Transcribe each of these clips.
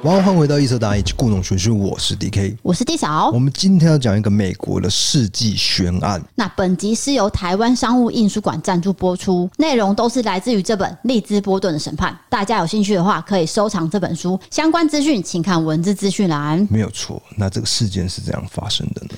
欢迎换回到异色达以及故弄玄虚，我是 D K。我是地嫂我。们今天要讲一个美国的世纪悬案，那本集是由台湾商务印书馆赞助播出，内容都是来自于这本《利兹波顿的审判》。大家有兴趣的话，可以收藏这本书，相关资讯请看文字资讯栏。没有错。那这个事件是怎样发生的呢？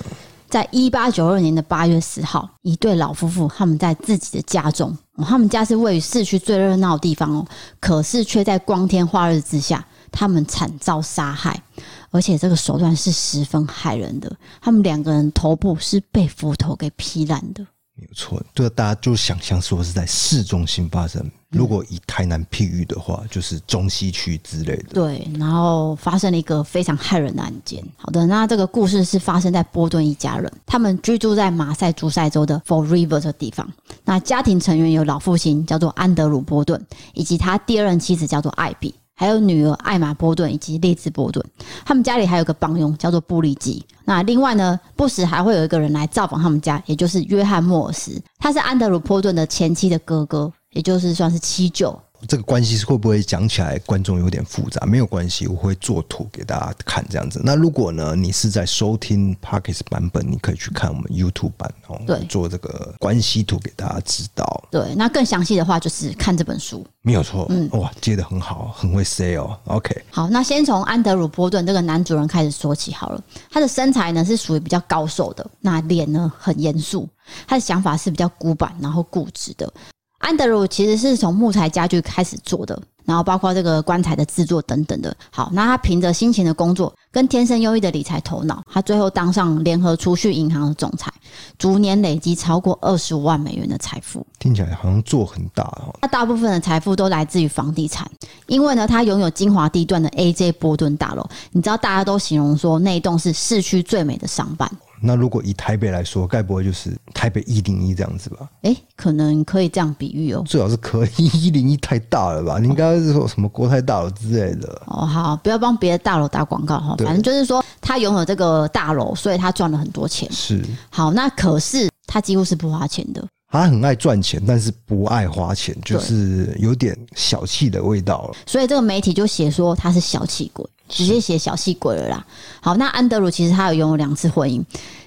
在一八九二年的八月四号，一对老夫妇他们在自己的家中，哦他们家是位于市区最热闹的地方哦，可是却在光天化日之下，他们惨遭杀害，而且这个手段是十分害人的。他们两个人头部是被斧头给劈烂的。没有错，这个大家就想象说是在市中心发生。如果以台南譬喻的话，就是中西区之类的。对，然后发生了一个非常骇人的案件。好的，那这个故事是发生在波顿一家人，他们居住在马赛诸塞州的 f o r River 这地方。那家庭成员有老父亲叫做安德鲁·波顿，以及他第二任妻子叫做艾比，还有女儿艾玛·波顿以及利兹·波顿。他们家里还有个帮佣叫做布利基。那另外呢，不时还会有一个人来造访他们家，也就是约翰·莫尔斯，他是安德鲁·波顿的前妻的哥哥，也就是算是七舅。这个关系是会不会讲起来观众有点复杂？没有关系，我会做图给大家看这样子。那如果呢，你是在收听 Parkes 版本，你可以去看我们 YouTube 版哦，对我做这个关系图给大家知道。对，那更详细的话就是看这本书。没有错，哇，接的很好，很会 say 哦。OK，好，那先从安德鲁·波顿这个男主人开始说起好了。他的身材呢是属于比较高瘦的，那脸呢很严肃，他的想法是比较古板然后固执的。安德鲁其实是从木材家具开始做的，然后包括这个棺材的制作等等的。好，那他凭着辛勤的工作跟天生优异的理财头脑，他最后当上联合储蓄银行的总裁，逐年累积超过二十五万美元的财富。听起来好像做很大哦。他大部分的财富都来自于房地产，因为呢，他拥有精华地段的 AJ 波顿大楼。你知道，大家都形容说那一栋是市区最美的商办。那如果以台北来说，该不会就是台北一零一这样子吧？诶，可能可以这样比喻哦。最好是可以， 一零一太大了吧？你应该是说什么国泰大楼之类的。哦，好，不要帮别的大楼打广告哈。对反正就是说，他拥有这个大楼，所以他赚了很多钱。是好，那可是他几乎是不花钱的。他很爱赚钱，但是不爱花钱，就是有点小气的味道了。所以这个媒体就写说他是小气鬼，直接写小气鬼了啦。好，那安德鲁其实他有拥有两次婚姻，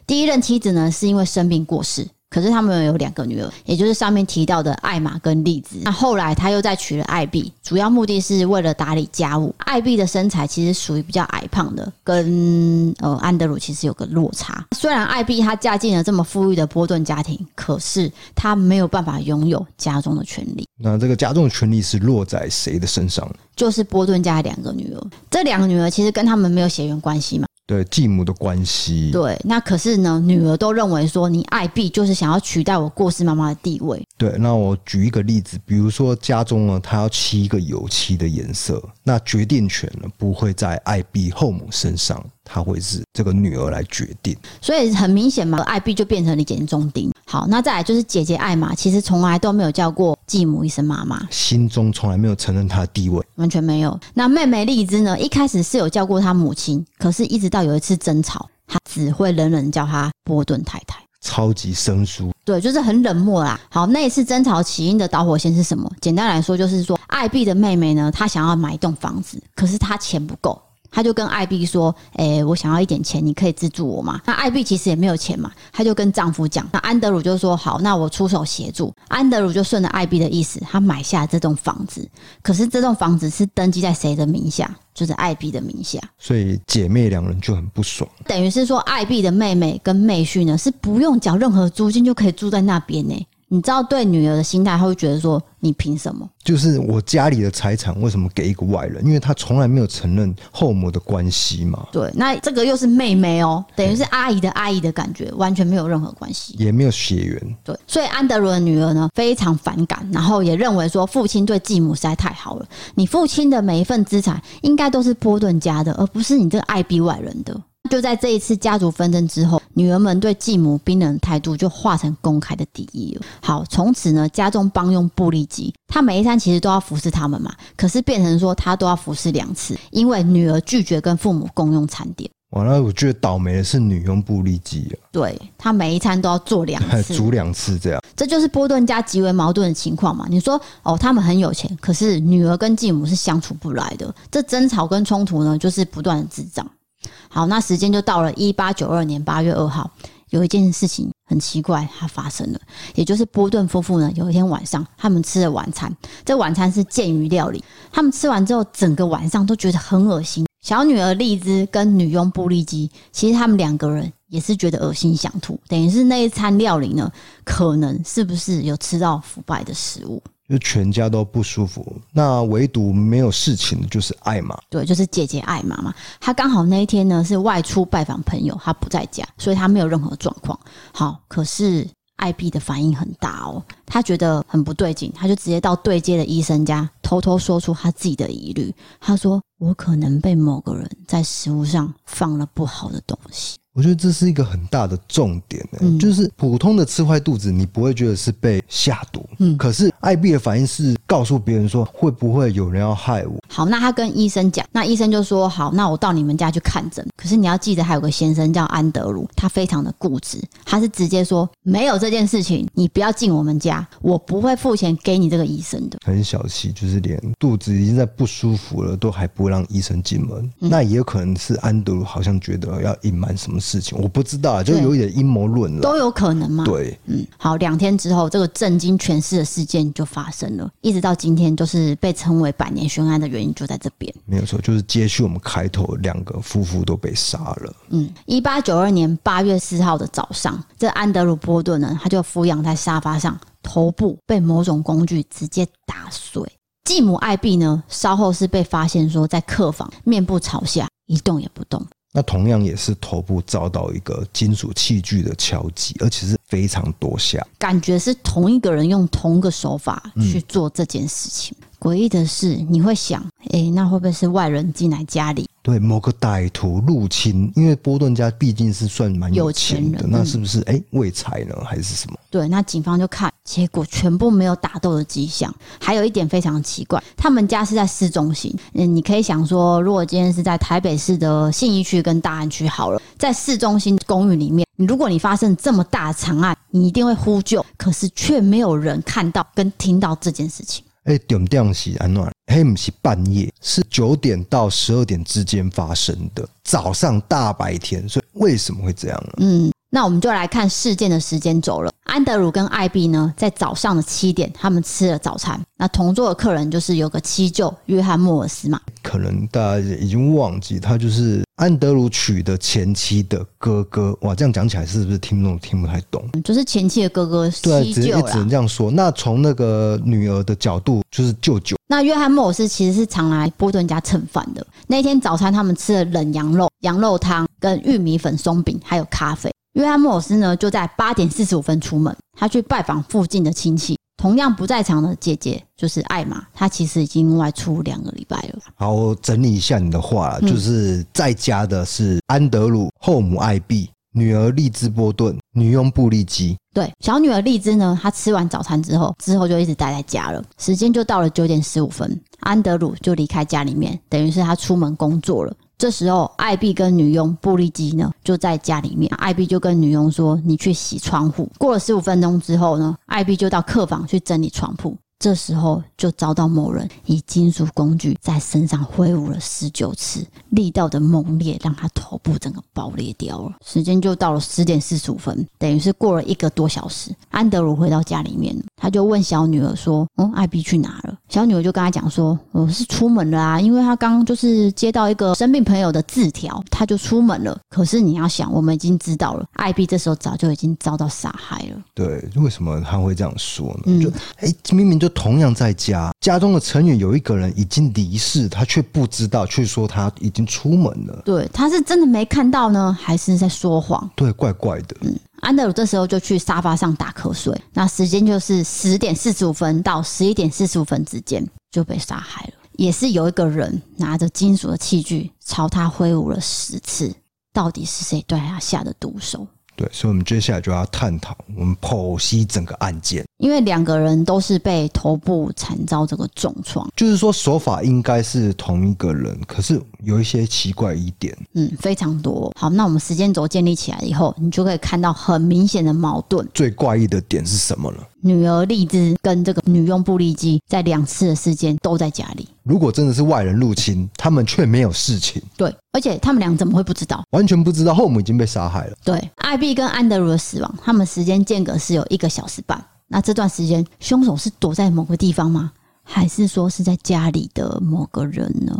第一任妻子呢是因为生病过世。可是他们有两个女儿，也就是上面提到的艾玛跟丽兹。那后来他又再娶了艾碧，主要目的是为了打理家务。艾碧的身材其实属于比较矮胖的，跟呃安德鲁其实有个落差。虽然艾碧她嫁进了这么富裕的波顿家庭，可是她没有办法拥有家中的权利。那这个加重权利是落在谁的身上？就是波顿家的两个女儿，这两个女儿其实跟他们没有血缘关系嘛。对继母的关系，对，那可是呢，女儿都认为说你爱婢就是想要取代我过世妈妈的地位。对，那我举一个例子，比如说家中呢，他要漆一个油漆的颜色，那决定权呢不会在艾比后母身上，他会是这个女儿来决定。所以很明显嘛，艾碧就变成了眼中钉。好，那再来就是姐姐艾玛，其实从来都没有叫过继母一声妈妈，心中从来没有承认她的地位。完全没有。那妹妹丽兹呢，一开始是有叫过她母亲，可是一直到有一次争吵，她只会冷冷叫她波顿太太。超级生疏，对，就是很冷漠啦。好，那一次争吵起因的导火线是什么？简单来说，就是说艾碧的妹妹呢，她想要买一栋房子，可是她钱不够。她就跟艾碧说：“诶、我想要一点钱，你可以资助我吗？”那艾碧其实也没有钱嘛，她就跟丈夫讲。那安德鲁就说：“好，那我出手协助。”安德鲁就顺着艾碧的意思，他买下了这栋房子。可是这栋房子是登记在谁的名下？就是艾碧的名下。所以姐妹两人就很不爽。等于是说，艾碧的妹妹跟妹婿呢是不用缴任何租金就可以住在那边呢。你知道，对女儿的心态，她会觉得说：“你凭什么就是我家里的财产为什么给一个外人？因为他从来没有承认后母的关系嘛？”，对，那这个又是妹妹哦，等于是阿姨的阿姨的感觉，完全没有任何关系。也没有血缘。对，所以安德鲁的女儿呢非常反感，然后也认为说父亲对继母实在太好了，你父亲的每一份资产应该都是波顿家的，而不是你这个爱逼外人的。就在这一次家族纷争之后，女儿们对继母冰冷的态度就化成公开的敌意了。好，从此呢，家中帮佣布利吉，他每一餐其实都要服侍他们嘛，可是变成说他都要服侍两次，因为女儿拒绝跟父母共用餐点。完了，那我觉得倒霉的是女佣布利基、对他每一餐都要做两啊， 次，煮两次这样。这就是波顿家极为矛盾的情况嘛。你说哦，他们很有钱，可是女儿跟继母是相处不来的，这争吵跟冲突呢，就是不断的滋长。好，那时间就到了一八九二年八月二号，有一件事情很奇怪，它发生了，也就是波顿夫妇呢，有一天晚上他们吃了晚餐，这晚餐是剑鱼料理，他们吃完之后，整个晚上都觉得很恶心。小女儿丽兹跟女佣布利基，其实他们两个人也是觉得恶心想吐，等于是那一餐料理呢，可能是不是有吃到腐败的食物？就全家都不舒服，那唯独没有事情的就是艾玛，对，就是姐姐艾玛嘛，她刚好那一天呢是外出拜访朋友，她不在家，所以她没有任何状况。好，可是艾比的反应很大哦，她觉得很不对劲，她就直接到对接的医生家，偷偷说出她自己的疑虑。她说：“我可能被某个人在食物上放了不好的东西。我觉得这是一个很大的重点、欸嗯就是普通的吃坏肚子，你不会觉得是被下毒，嗯可是艾比的反应是告诉别人说会不会有人要害我，”好，那她跟医生讲，那医生就说：“好，那我到你们家去看诊。可是你要记得，还有个先生叫安德鲁，他非常的固执，他是直接说没有这件事情，你不要进我们家，我不会付钱给你这个医生的。很小气，就是连肚子已经在不舒服了，都还不让医生进门。嗯那也有可能是安德鲁好像觉得要隐瞒什么事情，我不知道啊，就有一点阴谋论了。都有可能嘛？啊对，嗯，好，两天之后，这个震惊全市的事件就发生了，一直到今天，就是被称为百年悬案的原因就在这边。没有错，就是接续我们开头，两个夫妇都被杀了。嗯，一八九二年八月四号的早上，这安德鲁波顿呢，他就俯仰在沙发上，头部被某种工具直接打碎。继母艾碧呢，稍后是被发现说在客房面部朝下，一动也不动。那同样也是头部遭到一个金属器具的敲击，而且是非常多下。感觉是同一个人用同个手法去做这件事情。诡异的是，你会想，诶、那会不会是外人进来家里？对某个歹徒入侵，因为波顿家毕竟是算蛮有钱的，有钱人那是不是哎为财呢，还是什么？对，那警方就看，结果全部没有打斗的迹象。还有一点非常奇怪，他们家是在市中心，嗯，你可以想说，如果今天是在台北市的信义区跟大安区好了，在市中心公寓里面，如果你发生这么大的惨案，你一定会呼救，可是却没有人看到跟听到这件事情。哎，点点是安暖，嘿，不是半夜，是九点到十二点之间发生的，早上大白天，所以为什么会这样呢？嗯，那我们就来看事件的时间轴了。安德鲁跟艾比呢，在早上的七点，他们吃了早餐。那同桌的客人就是有个七舅约翰莫尔斯嘛，可能大家已经忘记，他就是安德鲁娶的前妻的哥哥。哇，这样讲起来是不是听众听不太懂？就是前妻的哥哥对，七只舅也只啦能。这样说。那从那个女儿的角度，就是舅舅。那约翰莫尔斯其实是常来波顿家蹭饭的。那天早餐他们吃了冷羊肉、羊肉汤、跟玉米粉松饼，还有咖啡。约翰莫尔斯呢，就在八点四十五分出门，他去拜访附近的亲戚。同样不在场的姐姐就是艾玛，她其实已经外出两个礼拜了。好，我整理一下你的话啦，嗯就是在家的是安德鲁、后母艾碧、女儿利兹波顿、女佣布利基。对，小女儿荔枝呢，她吃完早餐之后，之后就一直待在家了。时间就到了九点十五分，安德鲁就离开家里面，等于是他出门工作了。这时候，艾碧跟女佣布利基呢就在家里面，艾碧就跟女佣说：“你去洗窗户。”过了十五分钟之后呢，艾碧就到客房去整理床铺。这时候就遭到某人以金属工具在身上挥舞了十九次，力道的猛烈让他头部整个爆裂掉了。时间就到了十点四十五分，等于是过了一个多小时。安德鲁回到家里面，他就问小女儿说：“嗯，艾比去哪了？”小女儿就跟他讲说：“我是出门了啊，因为他刚就是接到一个生病朋友的字条，他就出门了。可是你要想，我们已经知道了，艾比这时候早就已经遭到杀害了。”对，为什么他会这样说呢？嗯就哎、明明就同样在家，家中的成员有一个人已经离世，他却不知道，却说他已经出门了。对，他是真的没看到呢，还是在说谎？对，怪怪的。安德鲁啊这时候就去沙发上打瞌睡，那时间就是十点四十五分到十一点四十五分之间就被杀害了。也是有一个人拿着金属的器具朝他挥舞了十次，到底是谁对他下的毒手？对，所以我们接下来就要探讨，我们剖析整个案件，因为两个人都是被头部惨遭这个重创，就是说手法应该是同一个人，可是有一些奇怪疑点。嗯，非常多。好，那我们时间轴建立起来以后，你就可以看到很明显的矛盾。最怪异的点是什么呢？女儿荔枝跟这个女佣布利基在两次的事件都在家里，如果真的是外人入侵，他们却没有事情，对，而且他们俩怎么会不知道？完全不知道后母已经被杀害了。对，艾比跟安德鲁的死亡，他们时间间隔是有一个小时半。那这段时间，凶手是躲在某个地方吗？还是说是在家里的某个人呢？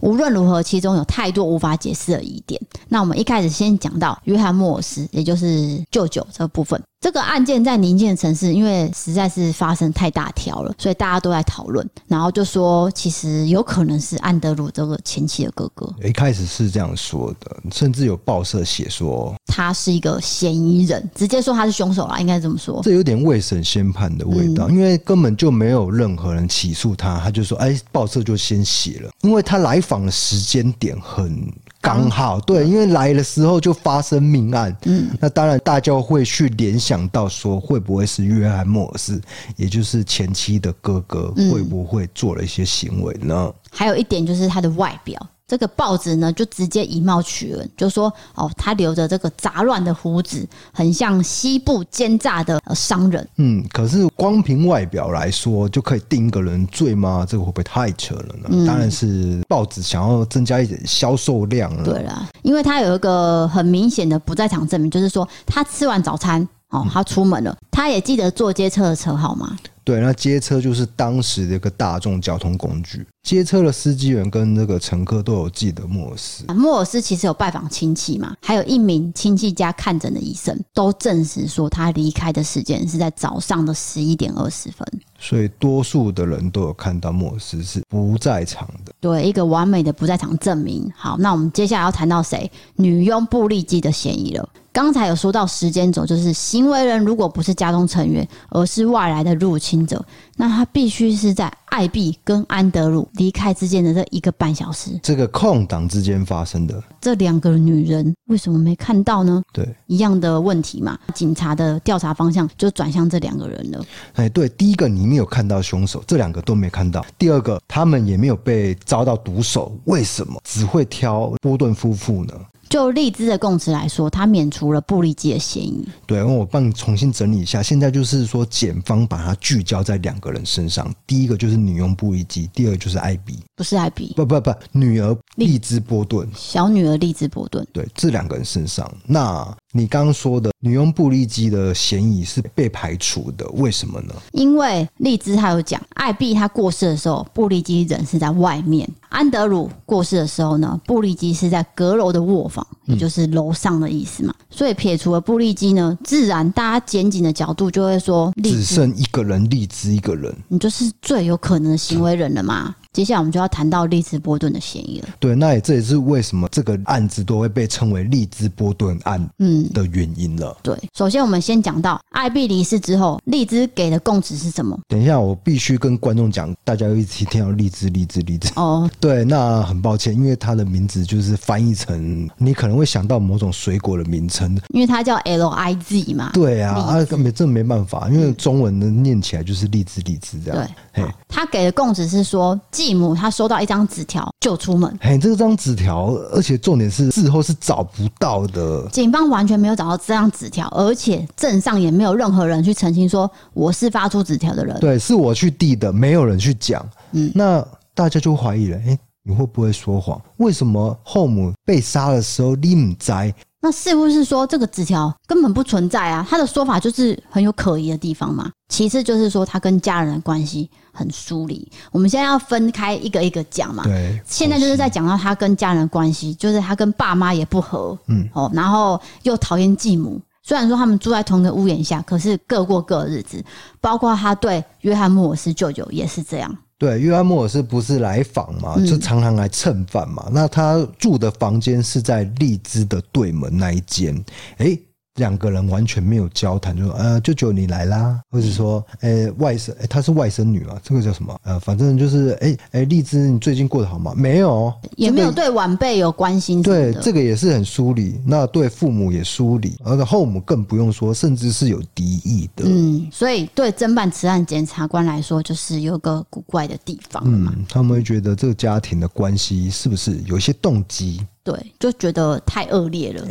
无论如何，其中有太多无法解释的疑点。那我们一开始先讲到约翰·莫尔斯，也就是舅舅这个部分。这个案件在宁静的城市，因为实在是发生太大条了，所以大家都在讨论，然后就说其实有可能是安德鲁这个前妻的哥哥，一开始是这样说的，甚至有报社写说，他是一个嫌疑人，直接说他是凶手啦，应该这么说。这有点未审先判的味道，因为根本就没有任何人起诉他，他就说，哎，报社就先写了，因为他来访的时间点很。刚好对，因为来的时候就发生命案，嗯，那当然大家会去联想到说，会不会是约翰·莫尔斯，也就是前妻的哥哥，会不会做了一些行为呢？还有一点就是他的外表，这个报纸呢就直接以貌取人，就说哦，他留着这个杂乱的胡子，很像西部奸诈的呃商人。嗯，可是光凭外表来说，就可以定一个人罪吗？这个会不会太扯了呢？当然是报纸想要增加一点销售量了。对啦，因为他有一个很明显的不在场证明，就是说他吃完早餐哦，他出门了，他也记得坐街车的车号码。对，那街车就是当时的一个大众交通工具，街车的司机员跟那个乘客都有记得莫尔斯。啊莫尔斯其实有拜访亲戚嘛，还有一名亲戚家看诊的医生，都证实说他离开的时间是在早上的十一点二十分。所以多数的人都有看到莫斯是不在场的。对，一个完美的不在场证明。好，那我们接下来要谈到谁？女佣布利基的嫌疑了。刚才有说到时间轴，就是行为人如果不是家中成员，而是外来的入侵者，那他必须是在艾比跟安德鲁离开之间的这一个半小时，这个空档之间发生的，这两个女人为什么没看到呢？对，一样的问题嘛，警察的调查方向就转向这两个人了。哎，对，第一个你没有看到凶手，这两个都没看到；第二个他们也没有被遭到毒手，为什么只会挑波顿夫妇呢？就荔枝的供词来说，他免除了布利基的嫌疑。对，因为我帮你重新整理一下，现在就是说，检方把它聚焦在两个人身上，第一个就是女佣布依基，第二个就是艾比，不是艾比，不不不，女儿利兹波顿，小女儿荔枝伯顿。对，这两个人身上。那你刚刚说的女佣布利基的嫌疑是被排除的，为什么呢？因为荔枝他有讲，艾比他过世的时候，布利基人是在外面；安德鲁过世的时候呢，布利基是在阁楼的卧房，也就是楼上的意思嘛。所以撇除了布利基呢，自然大家检警的角度就会说，荔只枝剩一个人，荔枝一个人。你就是最有可能的行为人了嘛。接下来我们就要谈到荔枝波顿的嫌疑了。对，那也这也是为什么这个案子都会被称为利兹波顿案嗯，的原因了。对。首先我们先讲到艾比离世之后，荔枝给的供词是什么？等一下，我必须跟观众讲，大家又一起听到荔枝，荔枝，荔枝。哦，对，那很抱歉，因为它的名字就是翻译成，你可能会想到某种水果的名称。因为它叫 L I Z 嘛。对啊，啊，没这没办法，因为中文的念起来就是荔枝，荔枝这样。对嘿，他给的供词是说，继母她收到一张纸条就出门，嘿，这张纸条，而且重点是事后是找不到的。警方完全没有找到这张纸条，而且镇上也没有任何人去澄清说我是发出纸条的人。对，是我去递的，没有人去讲。嗯，那大家就怀疑了，哎、你会不会说谎？为什么后母被杀的时候你唔在？那似乎是说这个纸条根本不存在啊，他的说法就是很有可疑的地方嘛。其次就是说他跟家人的关系很疏离，我们现在要分开一个一个讲嘛。对，现在就是在讲到他跟家人的关系，就是他跟爸妈也不和，嗯，哦，然后又讨厌继母。虽然说他们住在同一个屋檐下，可是各过各的日子。包括他对约翰·莫尔斯舅舅也是这样。对，约翰·莫尔斯不是来访嘛，嗯就常常来蹭饭嘛。那他住的房间是在荔枝的对门那一间。哎、两个人完全没有交谈，就说呃，舅舅你来啦，或者说呃外甥、诶她是外甥女啊，这个叫什么？呃，反正就是哎哎，荔枝你最近过得好吗？没有，也没有对晚辈有关心什么对的。，这个也是很疏离，那对父母也疏离，而且后母更不用说，甚至是有敌意的。嗯，所以对侦办此案检察官来说，就是有个古怪的地方嘛。嗯，他们会觉得这个家庭的关系是不是有一些动机？对，就觉得太恶劣了。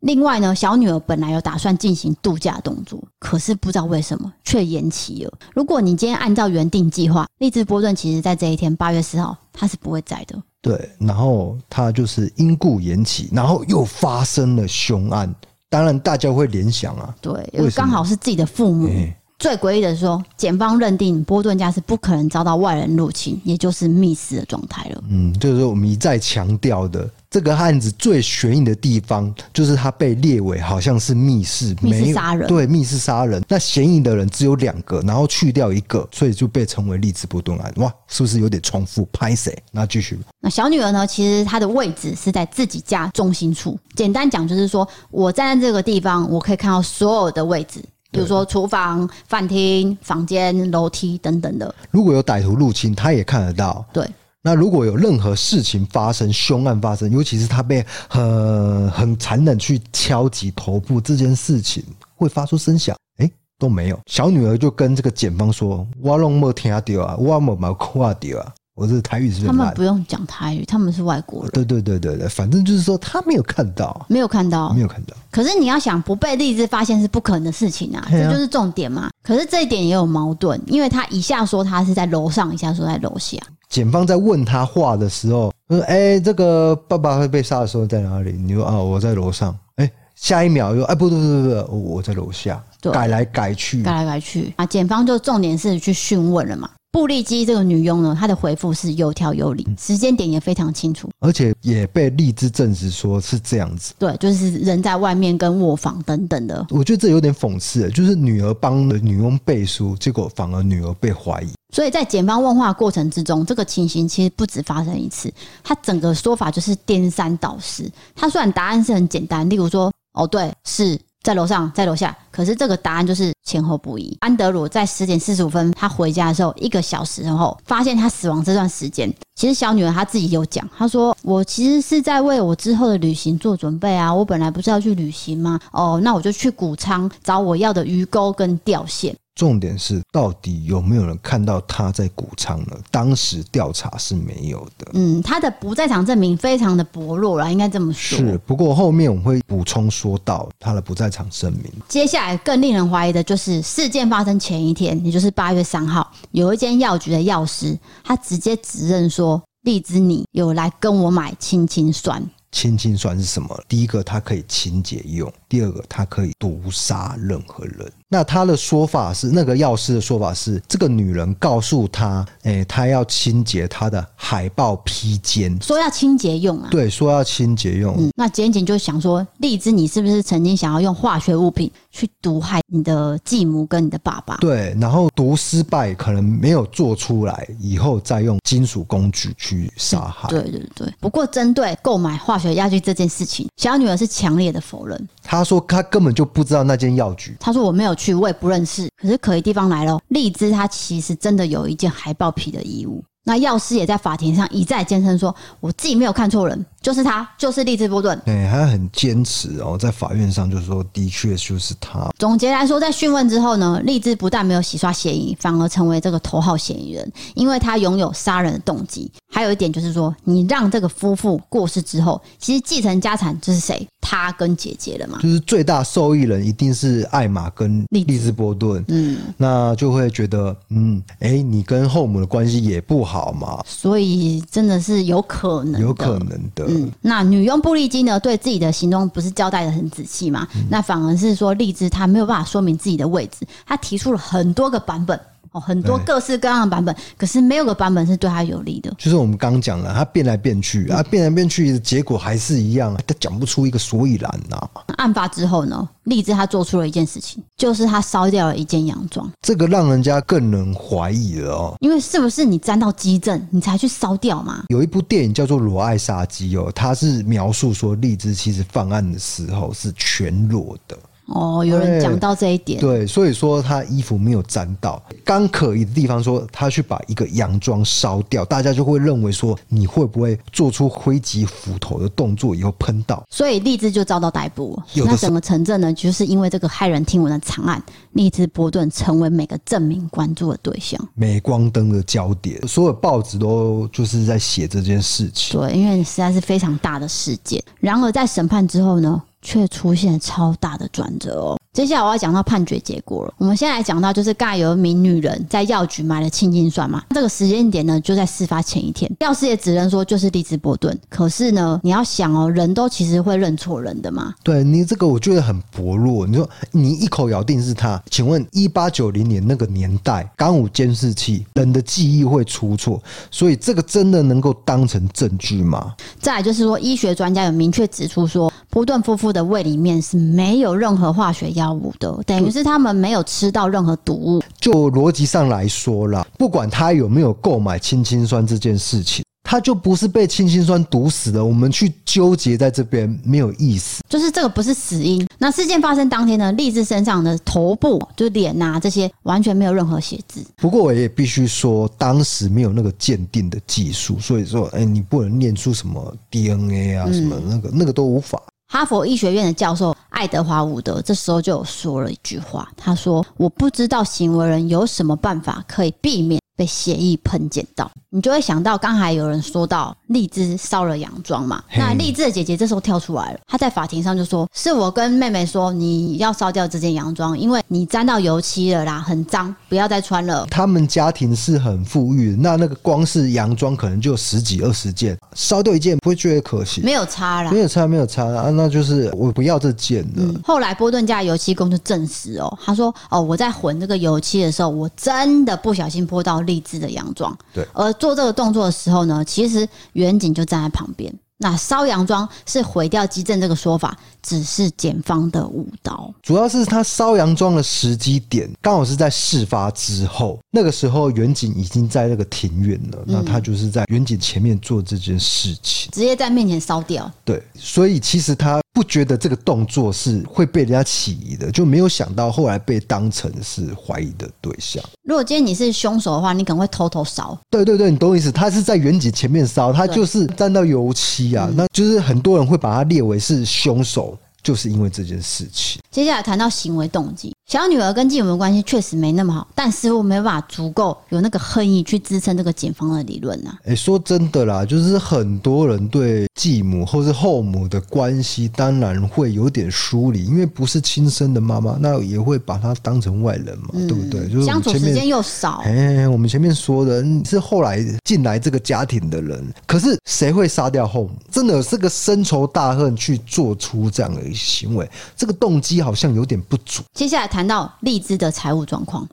另外呢，小女儿本来有打算进行度假动作，可是不知道为什么却延期了。如果你今天按照原定计划，利兹波顿其实在这一天八月四号他是不会在的。对，然后他就是因故延期，然后又发生了凶案，当然大家会联想啊，对，为什因么为刚好是自己的父母。哎最诡异的是说，检方认定波顿家是不可能遭到外人入侵，也就是密室的状态了。嗯，就是我们一再强调的，这个案子最悬疑的地方就是它被列为好像是密室，密室没有杀人对，密室杀人。那嫌疑的人只有两个，然后去掉一个，所以就被称为利兹波顿案。哇，是不是有点重复？拍谁？那继续吧。那小女儿呢？其实她的位置是在自己家中心处。简单讲，就是说我站在这个地方，我可以看到所有的位置，比如说厨房、饭厅、房间、楼梯等等的。如果有歹徒入侵，他也看得到。对，那如果有任何事情发生，凶案发生，尤其是他被很很残忍去敲击头部这件事情，会发出声响，哎、都没有。小女儿就跟这个检方说：“我拢没听到啊，我没没看到啊，我这台语是他很们烂。不用讲台语，他们是外国”人，对对对对对，反正就是说他没有看到，啊没有看到没。有看到。可是你要想，不被荔枝发现是不可能的事情啊，对啊这就是重点嘛。可是这一点也有矛盾，因为他一下说他是在楼上，一下说在楼下。检方在问他话的时候，他说：“哎、这个爸爸会被杀的时候在哪里？”你说：“啊，我在楼上。哎，下一秒又：“哎，不对不对不对，我我在楼下。”对改来改去，改来改去啊，检方就重点是去讯问了嘛。布利基这个女佣呢，她的回复是有条有理，嗯时间点也非常清楚。而且也被荔枝证实说是这样子。对，就是人在外面跟卧房等等的，我觉得这有点讽刺，欸就是女儿帮了女佣背书，结果反而女儿被怀疑。所以在检方问话的过程之中，这个情形其实不止发生一次，他整个说法就是颠三倒四。他虽然答案是很简单，例如说，哦，对，是在楼上，在楼下，可是这个答案就是前后不一。安德鲁在十点四十五分他回家的时候，一个小时后发现他死亡这段时间，其实小女儿她自己有讲，她说我其实是在为我之后的旅行做准备啊，我本来不是要去旅行吗？哦，那我就去谷仓找我要的鱼钩跟钓线。重点是，到底有没有人看到她在谷仓呢？当时调查是没有的。嗯，他的不在场证明非常的薄弱啦，应该这么说。是，不过后面我们会补充说到她的不在场声明。接下来更令人怀疑的就是，事件发生前一天，也就是八月三号，有一间药局的药师，他直接指认说，荔枝你有来跟我买青青酸。清清算是什么？第一个，它可以清洁用；第二个，它可以毒杀任何人。那他的说法是，那个药师的说法是，这个女人告诉他，诶、他要清洁他的海报披肩，说要清洁用啊。对，说要清洁用。嗯，那简简就想说，荔枝你是不是曾经想要用化学物品去毒害你的继母跟你的爸爸？对，然后毒失败可能没有做出来，以后再用金属工具去杀害。对对对。不过针对购买化学药剂这件事情，小女儿是强烈的否认。他说他根本就不知道那间药局，他说我没有去，我也不认识。可是可疑地方来了，荔枝她其实真的有一件海豹皮的衣物。那药师也在法庭上一再坚称说，我自己没有看错人，就是他，就是荔枝波顿。对，他很坚持哦，在法院上就说的确就是他。总结来说，在讯问之后呢，荔枝不但没有洗刷嫌疑，反而成为这个头号嫌疑人，因为他拥有杀人的动机。还有一点就是说，你让这个夫妇过世之后，其实继承家产就是谁？他跟姐姐了嘛。就是最大受益人一定是艾玛跟利利兹兹波顿，嗯，那就会觉得，嗯，哎、你跟后母的关系也不好嘛，所以真的是有可能的，有可能的。嗯，那女佣布利基呢，对自己的行踪不是交代的很仔细嘛？嗯那反而是说荔枝她没有办法说明自己的位置，她提出了很多个版本哦，很多对各式各样的版本，可是没有个版本是对她有利的。就是我们刚讲了，他变来变去啊，变来变去，结果还是一样，啊他讲不出一个所以然啊呐、那案发之后呢，荔枝她做出了一件事情，就是她烧掉了一件洋装，这个让人家更能怀疑了哦。因为是不是你沾到鸡症，你才去烧掉嘛？有一部电影叫做《裸爱杀机》哦，它是描述说荔枝其实犯案的时候是全裸的，哦，有人讲到这一点，对，所以说他衣服没有沾到。刚可疑的地方说他去把一个洋装烧掉，大家就会认为说你会不会做出挥击斧头的动作以后喷到？所以荔枝就遭到逮捕了。有的那是整个城镇呢，就是因为这个骇人听闻的惨案，荔枝波顿成为每个镇民关注的对象。镁光灯的焦点，所有报纸都就是在写这件事情。对，因为实在是非常大的事件。然而在审判之后呢，却出现超大的转折哦。接下来我要讲到判决结果了。我们先来讲到，就是盖有一名女人在药局买了庆金蒜嘛，这个时间点呢就在事发前一天。药师也只能说就是利兹伯顿，可是呢，你要想哦，人都其实会认错人的嘛。对你这个我觉得很薄弱。你说你一口咬定是他，请问一八九零年那个年代，钢武监视器人的记忆会出错，所以这个真的能够当成证据吗？再来就是说，医学专家有明确指出说，波顿夫妇的胃里面是没有任何化学药物的，等于是他们没有吃到任何毒物。就逻辑上来说啦，不管他有没有购买氢氰酸这件事情，他就不是被氢氰酸毒死的。我们去纠结在这边没有意思。就是这个不是死因。那事件发生当天呢，荔枝身上的头部、就是脸呐、这些完全没有任何血渍。不过我也必须说，当时没有那个鉴定的技术，所以说，哎、你不能念出什么 DNA 嗯啊，什么那个、那个都无法。哈佛医学院的教授爱德华·伍德这时候就有说了一句话，他说：“我不知道行为人有什么办法可以避免被血液喷溅到。”你就会想到刚才有人说到荔枝烧了洋装嘛，嘿那荔枝的姐姐这时候跳出来了，她在法庭上就说：“是我跟妹妹说你要烧掉这件洋装，因为你沾到油漆了啦，很脏，不要再穿了。”他们家庭是很富裕的，那那个光是洋装可能就十几二十件，烧掉一件不会觉得可惜，没有差啦没，有差没有差啊，那就是我不要这件了。嗯，后来波顿家的油漆工就证实哦，他说哦，我在混这个油漆的时候，我真的不小心泼到荔枝的洋装。对，而做这个动作的时候呢，其实远景就站在旁边。那烧洋装是毁掉基证这个说法，只是检方的误导。主要是他烧洋装的时机点刚好是在事发之后，那个时候远景已经在那个庭院了，那他就是在远景前面做这件事情。直接在面前烧掉，对，所以其实他不觉得这个动作是会被人家起疑的，就没有想到后来被当成是怀疑的对象。如果今天你是凶手的话，你可能会偷偷烧。对对对，你懂我意思。他是在远景前面烧，他就是沾到油漆啊，那就是很多人会把他列为是凶手，就是因为这件事情。接下来谈到行为动机，小女儿跟继母的关系确实没那么好，但似乎没有办法足够有那个恨意去支撑这个检方的理论啊呐、哎，说真的啦，就是很多人对继母或是后母的关系，当然会有点疏离，因为不是亲生的妈妈，那也会把她当成外人嘛，对不对？就是我嗯相们处前时面间又少，哎，我们前面说的嗯是后来进来这个家庭的人，可是谁会杀掉后母？真的有这个深仇大恨去做出这样的行为，这个动机好像有点不足。接下来谈到荔枝的财务状况，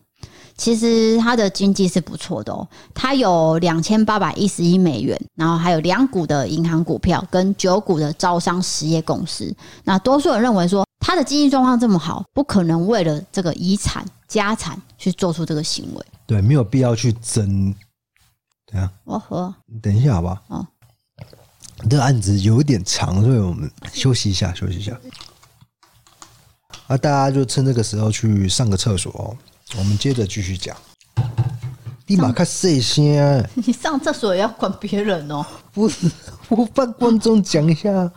其实它的经济是不错的哦，它有两千八百一十一美元，然后还有两股的银行股票跟九股的招商实业公司。那多数人认为说，他的经济状况这么好，不可能为了这个遗产家产去做出这个行为。对，没有必要去争。等一下，哦呵， 等一下好吧？哦这个案子有点长，所以我们休息一下，休息一下。啊，大家就趁这个时候去上个厕所哦。我们接着继续讲。立马看谁先。你上厕所也要管别人哦。不是，我帮观众讲一下，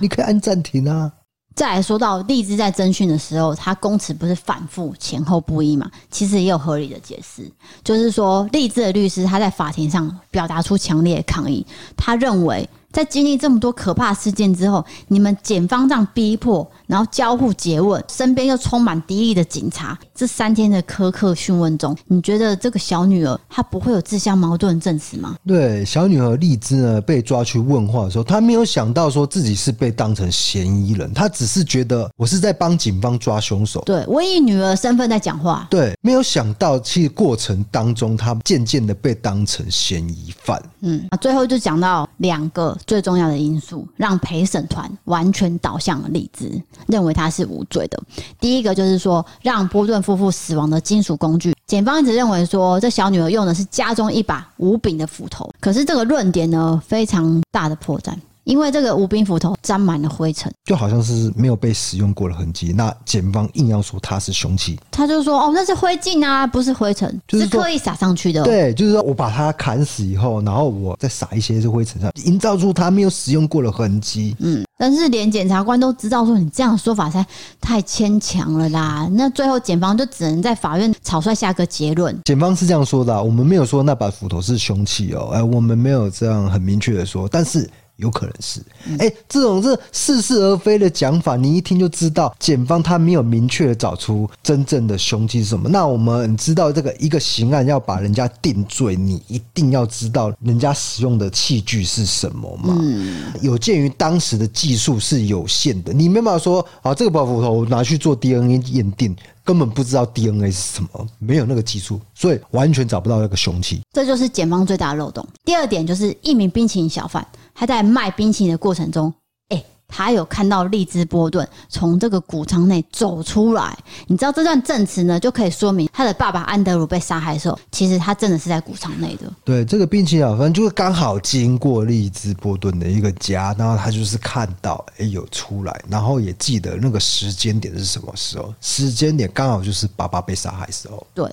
你可以按暂停啊。再来说到荔枝在侦讯的时候，他供词不是反复前后不一嘛？其实也有合理的解释，就是说荔枝的律师他在法庭上表达出强烈的抗议，他认为在经历这么多可怕事件之后，你们检方这样逼迫，然后交互诘问，身边又充满敌意的警察，这三天的苛刻讯问中，你觉得这个小女儿她不会有自相矛盾的证词吗？对，小女孩荔枝呢被抓去问话的时候，她没有想到说自己是被当成嫌疑人，她只是觉得我是在帮警方抓凶手。对我以女儿身份在讲话，对，没有想到，其实过程当中，她渐渐的被当成嫌疑犯。嗯，啊最后就讲到两个最重要的因素，让陪审团完全倒向了荔枝，认为他是无罪的。第一个就是说，让波顿夫妇死亡的金属工具，检方一直认为说这小女儿用的是家中一把无柄的斧头，可是这个论点呢，非常大的破绽。因为这个无病斧头沾满了灰尘。就好像是没有被使用过的痕迹。那检方硬要说它是凶器，他就说：“哦，那是灰烬啊，不是灰尘，就是是说刻意撒上去的哦、对，就是说我把它砍死以后，然后我再撒一些这灰尘上，营造出它没有使用过的痕迹。嗯，但是连检察官都知道说你这样的说法才太牵强了啦。那最后检方就只能在法院草率下个结论。检方是这样说的啊、我们没有说那把斧头是凶器哦，哎、我们没有这样很明确的说，但是有可能是。哎、这种这似是而非的讲法，你一听就知道，检方他没有明确的找出真正的凶器是什么。那我们知道这个一个刑案要把人家定罪，你一定要知道人家使用的器具是什么嘛？有鉴于当时的技术是有限的，你没办法说啊，这个保护头拿去做 DNA 验定，根本不知道 DNA 是什么，没有那个技术，所以完全找不到那个凶器。这就是检方最大的漏洞。第二点就是一名冰淇淋小贩，他在卖冰淇淋的过程中，哎、他有看到利兹波顿从这个谷仓内走出来。你知道这段证词呢，就可以说明他的爸爸安德鲁被杀害的时候，其实他真的是在谷仓内的。对，这个冰淇淋小贩就是刚好经过利兹波顿的一个家，然后他就是看到哎有出来，然后也记得那个时间点是什么时候，时间点刚好就是爸爸被杀害时候。对，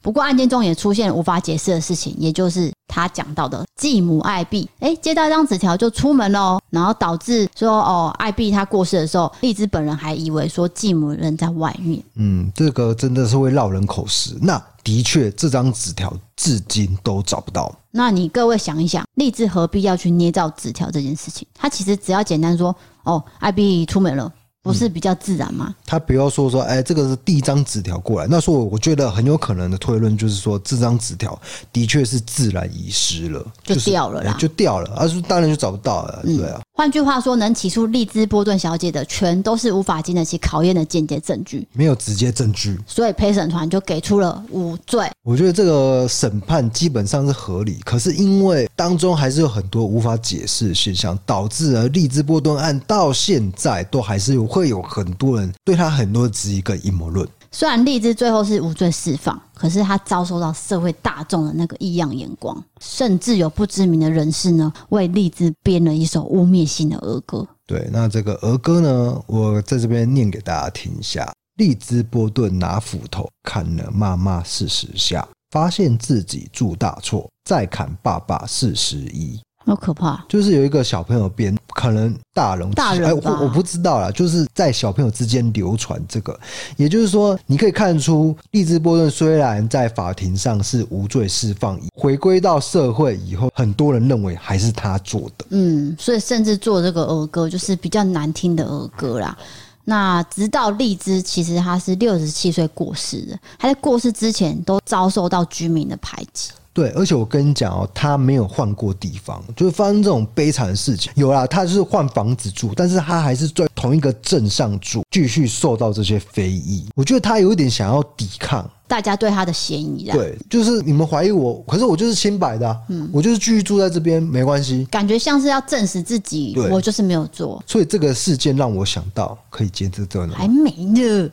不过案件中也出现了无法解释的事情，也就是他讲到的继母艾碧，哎，接到一张纸条就出门喽，然后导致说哦，艾碧她过世的时候，荔枝本人还以为说继母人在外面。嗯，这个真的是会绕人口实。那的确，这张纸条至今都找不到。那你各位想一想，荔枝何必要去捏造纸条这件事情？他其实只要简单说哦，艾碧出门了，不是比较自然吗？他不要说说，哎、这个是第一张纸条过来。那说我我觉得很有可能的推论就是说，这张纸条的确是自然遗失了，就是掉了啦哎就掉了，啊，是当然就找不到了，对啊。换句话说，能起诉荔枝波顿小姐的，全都是无法经得起考验的间接证据，没有直接证据，所以陪审团就给出了无罪。我觉得这个审判基本上是合理，可是因为当中还是有很多无法解释的现象，导致了利兹波顿案到现在都还是有会有很多人对他很多质疑跟阴谋论。虽然荔枝最后是无罪释放，可是他遭受到社会大众的那个异样眼光，甚至有不知名的人士呢为荔枝编了一首污蔑性的儿歌。对，那这个儿歌呢，我在这边念给大家听一下。利兹波顿拿斧头砍了妈妈四十下，发现自己铸大错，再砍爸爸四十一。好可怕！就是有一个小朋友编，可能大人大人哎，我吧我不知道啦，就是在小朋友之间流传这个，也就是说，你可以看出，利兹波顿虽然在法庭上是无罪释放，回归到社会以后，很多人认为还是他做的。嗯，所以甚至做这个儿歌就是比较难听的儿歌啦。那直到荔枝其实他是六十七岁过世的，他在过世之前都遭受到居民的排挤。对，而且我跟你讲哦，他没有换过地方，就是发生这种悲惨的事情。有啦，他是换房子住，但是他还是在同一个镇上住，继续受到这些非议。我觉得他有一点想要抵抗，大家对他的嫌疑啦，对，就是你们怀疑我，可是我就是清白的、啊，我就是继续住在这边，没关系。感觉像是要证实自己对，我就是没有做，所以这个事件让我想到，可以接这这呢，还没呢。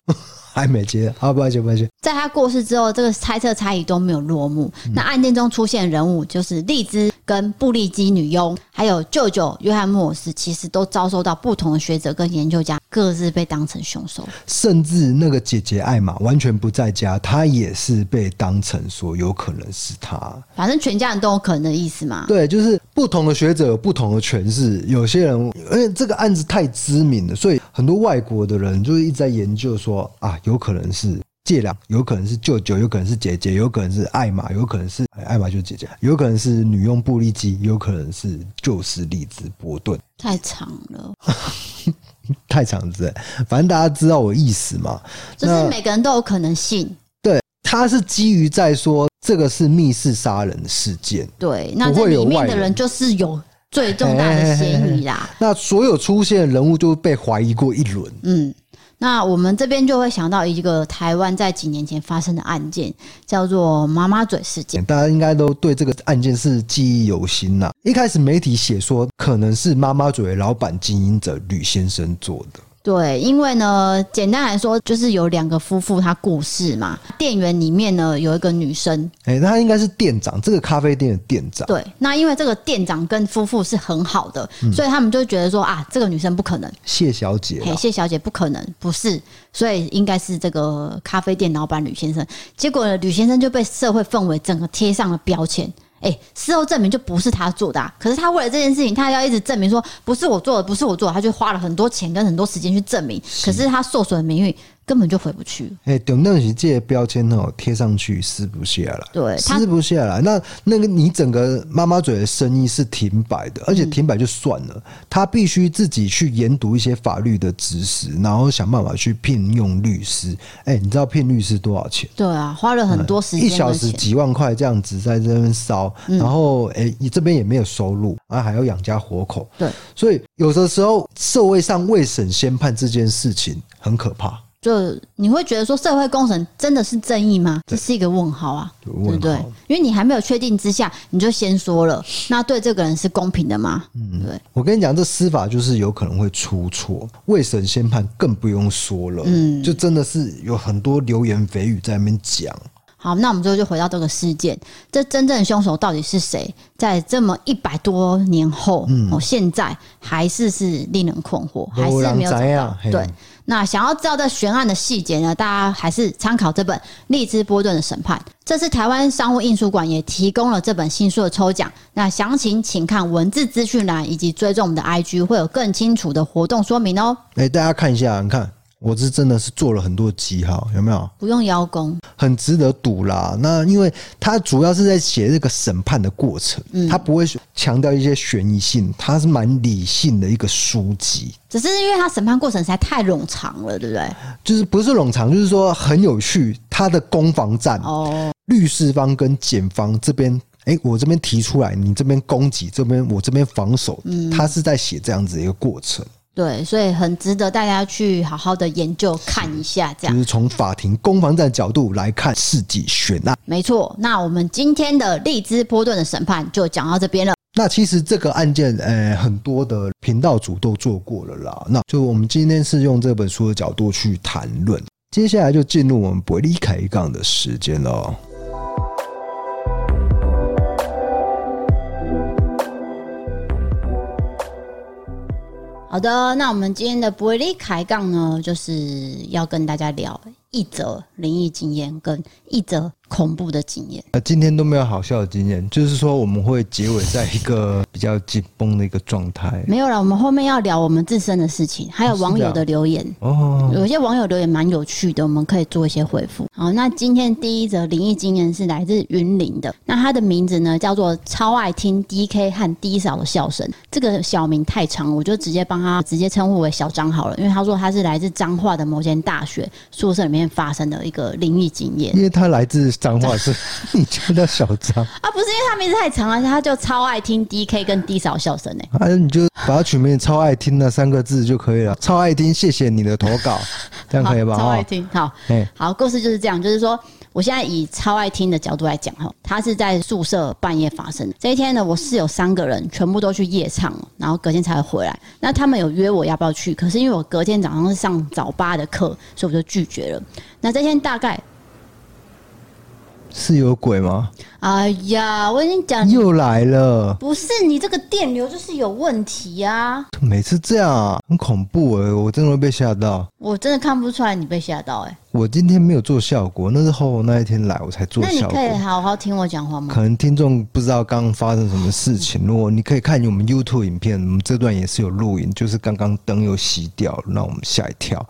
还没接，好，不好意思，不好意思，在他过世之后，这个猜测猜疑都没有落幕。嗯那案件中出现人物就是利兹跟布利基女佣，还有舅舅约翰莫尔斯，其实都遭受到不同的学者跟研究家各自被当成凶手。甚至那个姐姐艾玛完全不在家，她也是被当成说有可能是她。反正全家人都有可能的意思嘛。对，就是不同的学者有不同的诠释。有些人，而且这个案子太知名了，所以很多外国的人就是一直在研究说啊，有可能是借两，有可能是舅舅，有可能是姐姐，有可能是艾玛，有可能是哎艾玛就是姐姐，有可能是女佣布利基，有可能是就是利兹波顿。太长了，太长之类，反正大家知道我意思嘛。就是那每个人都有可能性。他是基于在说这个是密室杀人事件，对，那不这会有里面外的人人就是有最重大的嫌疑啦。那所有出现的人物就被怀疑过一轮。嗯，那我们这边就会想到一个台湾在几年前发生的案件，叫做“妈妈嘴事件”。大家应该都对这个案件是记忆犹新呐、一开始媒体写说，可能是妈妈嘴的老板经营者吕先生做的，对，因为呢，简单来说就是有两个夫妇，他故事嘛。店员里面呢有一个女生，哎、那他应该是店长，这个咖啡店的店长。对，那因为这个店长跟夫妇是很好的，所以他们就觉得说啊，这个女生不可能，谢小姐啦嘿，谢小姐不可能，不是，所以应该是这个咖啡店老板吕先生。结果呢，吕先生就被社会氛围整个贴上了标签。哎、事后证明就不是他做的、啊，可是他为了这件事情，他要一直证明说不是我做的，不是我做的，他就花了很多钱跟很多时间去证明。可是他受损的名誉根本就回不去。哎、等那些这些标签哦贴上去撕不下来，对他撕不下来。那那个你整个妈妈嘴的生意是停摆的，而且嗯停摆就算了，他必须自己去研读一些法律的知识，然后想办法去聘用律师。哎、你知道聘律师多少钱？对啊，花了很多时哎一间小跟时钱。嗯几万块这样子在这边烧，然后哎、你这边也没有收入啊，还要养家活口。对，所以有的时候社会上未审先判这件事情很可怕。就你会觉得说社会工程真的是正义吗？这是一个问号啊，对对不对问号？因为你还没有确定之下，你就先说了，那对这个人是公平的吗？嗯，对，我跟你讲，这司法就是有可能会出错，未审先判更不用说了，嗯就真的是有很多流言蜚语在那边讲。好，那我们最后就回到这个事件，这真正的凶手到底是谁？在这么一百多年后，嗯哦，现在还是是令人困惑，还没是人没有找知到啊。嘿对，那想要知道这悬案的细节呢，大家还是参考这本《利兹波顿的审判》。这次台湾商务印书馆也提供了这本新书的抽奖，那详情请看文字资讯栏以及追踪我们的 IG，会有更清楚的活动说明哦。哎、大家看一下，你看，我这真的是做了很多记号，有没有？不用邀功，很值得赌啦。那因为他主要是在写这个审判的过程，他不会强调一些悬疑性，他是蛮理性的一个书籍。只是因为他审判过程实在太冗长了，对不对？就是不是冗长，就是说很有趣。他的攻防战，哦，律师方跟检方这边，哎、我这边提出来，你这边攻击，这边我这边防守，他是在写这样子的一个过程，对，所以很值得大家去好好的研究看一下，这样就。是从法庭攻防战角度来看世纪悬案。没错，那我们今天的利兹波顿的审判就讲到这边了。那其实这个案件，呃，很多的频道主都做过了啦。那就我们今天是用这本书的角度去谈论，接下来就进入我们不会离开一杠的时间了哦。好的，那我们今天的伯利开杠呢，就是要跟大家聊一则灵异经验跟一则恐怖的经验。呃，今天都没有好笑的经验，就是说我们会结尾在一个比较紧绷的一个状态。没有了，我们后面要聊我们自身的事情，还有哦是的网友的留言。哦，有些网友留言蛮有趣的，我们可以做一些回复。好，那今天第一则灵异经验是来自云林的，那他的名字呢叫做超爱听 DK 和 D 嫂的笑声，这个小名太长，我就直接帮他直接称呼为小张好了，因为他说他是来自彰化的某间大学宿舍里面发生的一个灵异经验因为他来自彰化市，你叫他小张，啊，不是因为他名字太长了，他就超爱听 DK 跟 D 嫂笑声呢、 欸啊，你就把他取名“超爱听”那三个字就可以了。超爱听，谢谢你的投稿，这样可以吧？超爱哈，听，好。哎，好，故事就是这样，就是说，我现在以超爱听的角度来讲哈，它是在宿舍半夜发生的。这一天呢，我室友三个人全部都去夜唱，然后隔天才会回来。那他们有约啊我要不要去，可是因为我隔天早上是上早八的课，所以我就拒绝了。那这天大概，是有鬼吗？哎呀，我已经讲，又来了，不是你这个电流就是有问题啊！每次这样啊，很恐怖哎、我真的会被吓到。我真的看不出来你被吓到哎、我今天没有做效果，那是后那一天来我才做那你效果可。以好好听我讲话吗？可能听众不知道刚刚发生什么事情，如果你可以看我们 YouTube 影片，我们这段也是有录影，就是刚刚灯又熄掉了，让我们吓一跳。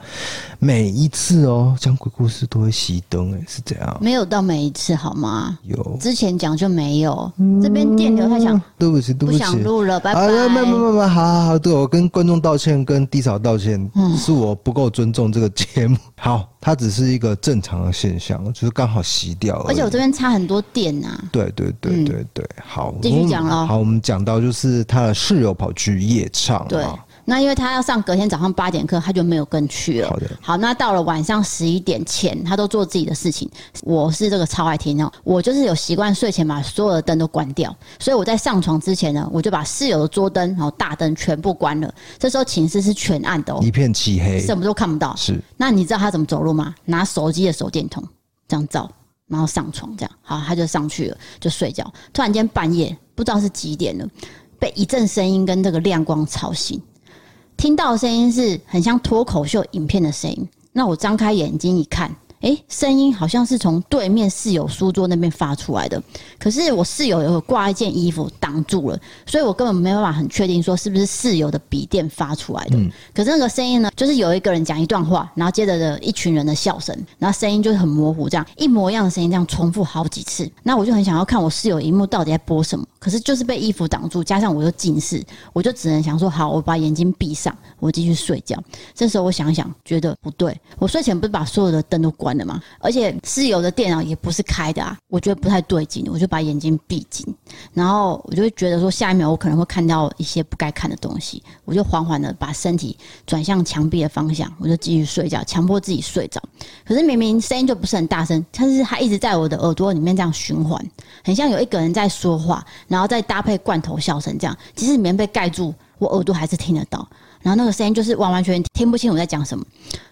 每一次哦，讲鬼故事都会熄灯，哎，是这样。没有到每一次好吗？有，之前讲就没有，这边电流太强。对不起，对不起，想录了，拜拜。啊，没没没没没，好好好，对我跟观众道歉，跟低嫂道歉，嗯是我不够尊重这个节 目。好，它只是一个正常的现象，就是刚好熄掉而已。而且我这边插很多电呐、啊，对对对嗯对对，好，继续讲了。咯哦好，我们讲到就是他的室友跑去夜唱嘛，啊对。那因为他要上隔天早上八点课，他就没有跟去了。好的好，那到了晚上十一点前，他都做自己的事情。我是这个超爱听哦，我就是有习惯睡前把所有的灯都关掉，所以我在上床之前呢，我就把室友的桌灯然后大灯全部关了。这时候寝室是全暗的哦，一片漆黑，什么都看不到。是那你知道他怎么走路吗？拿手机的手电筒这样照，然后上床这样，好，他就上去了，就睡觉。突然间半夜不知道是几点了，被一阵声音跟这个亮光吵醒，听到的声音是很像脱口秀影片的声音。那我张开眼睛一看。诶，声音好像是从对面室友书桌那边发出来的，可是我室友有挂一件衣服挡住了，所以我根本没办法很确定说是不是室友的笔电发出来的。可是那个声音呢，就是有一个人讲一段话，然后接着的一群人的笑声，然后声音就是很模糊，这样一模一样的声音这样重复好几次。那我就很想要看我室友荧幕到底在播什么，可是就是被衣服挡住，加上我又近视，我就只能想说好，我把眼睛闭上，我继续睡觉。这时候我想一想，觉得不对，我睡前不是把所有的灯都关了吗？而且室友的电脑也不是开的啊，我觉得不太对劲，我就把眼睛闭紧。然后我就会觉得说，下一秒我可能会看到一些不该看的东西，我就缓缓的把身体转向墙壁的方向，我就继续睡觉，强迫自己睡着。可是明明声音就不是很大声，但是它一直在我的耳朵里面这样循环，很像有一个人在说话，然后再搭配罐头笑声这样，即使棉被盖住，我耳朵还是听得到。然后那个声音就是完完全全听不清我在讲什么，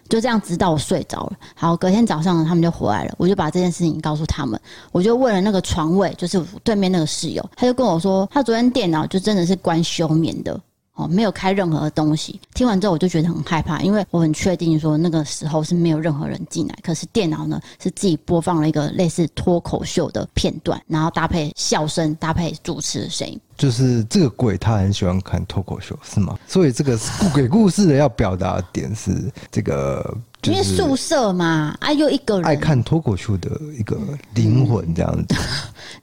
就这样直到我睡着了。好，隔天早上呢，他们就回来了，我就把这件事情告诉他们，我就问了那个床位，就是我对面那个室友，他就跟我说，他昨天电脑就真的是关休眠的。哦，没有开任何的东西。听完之后，我就觉得很害怕，因为我很确定说那个时候是没有任何人进来，可是电脑呢是自己播放了一个类似脱口秀的片段，然后搭配笑声，搭配主持的声音。就是这个鬼他很喜欢看脱口秀，是吗？所以这个故鬼故事的要表达的点是这个，就因为是宿舍嘛，啊，又一个人，爱看脱口秀的一个灵魂这样子。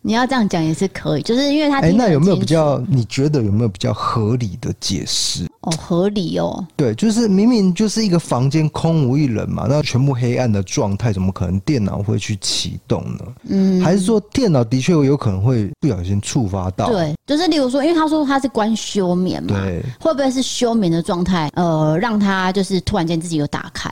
你要这样讲也是可以，就是因为他哎、听得那有没有很比清楚较？你觉得有没有比较合理的解释？哦合理哦？对，就是明明就是一个房间空无一人嘛，那全部黑暗的状态，怎么可能电脑会去启动呢？嗯，还是说电脑的确有可能会不小心触发到？对，就是例如说，因为他说他是关休眠嘛，对会不会是休眠的状态？呃，让他就是突然间自己有打开，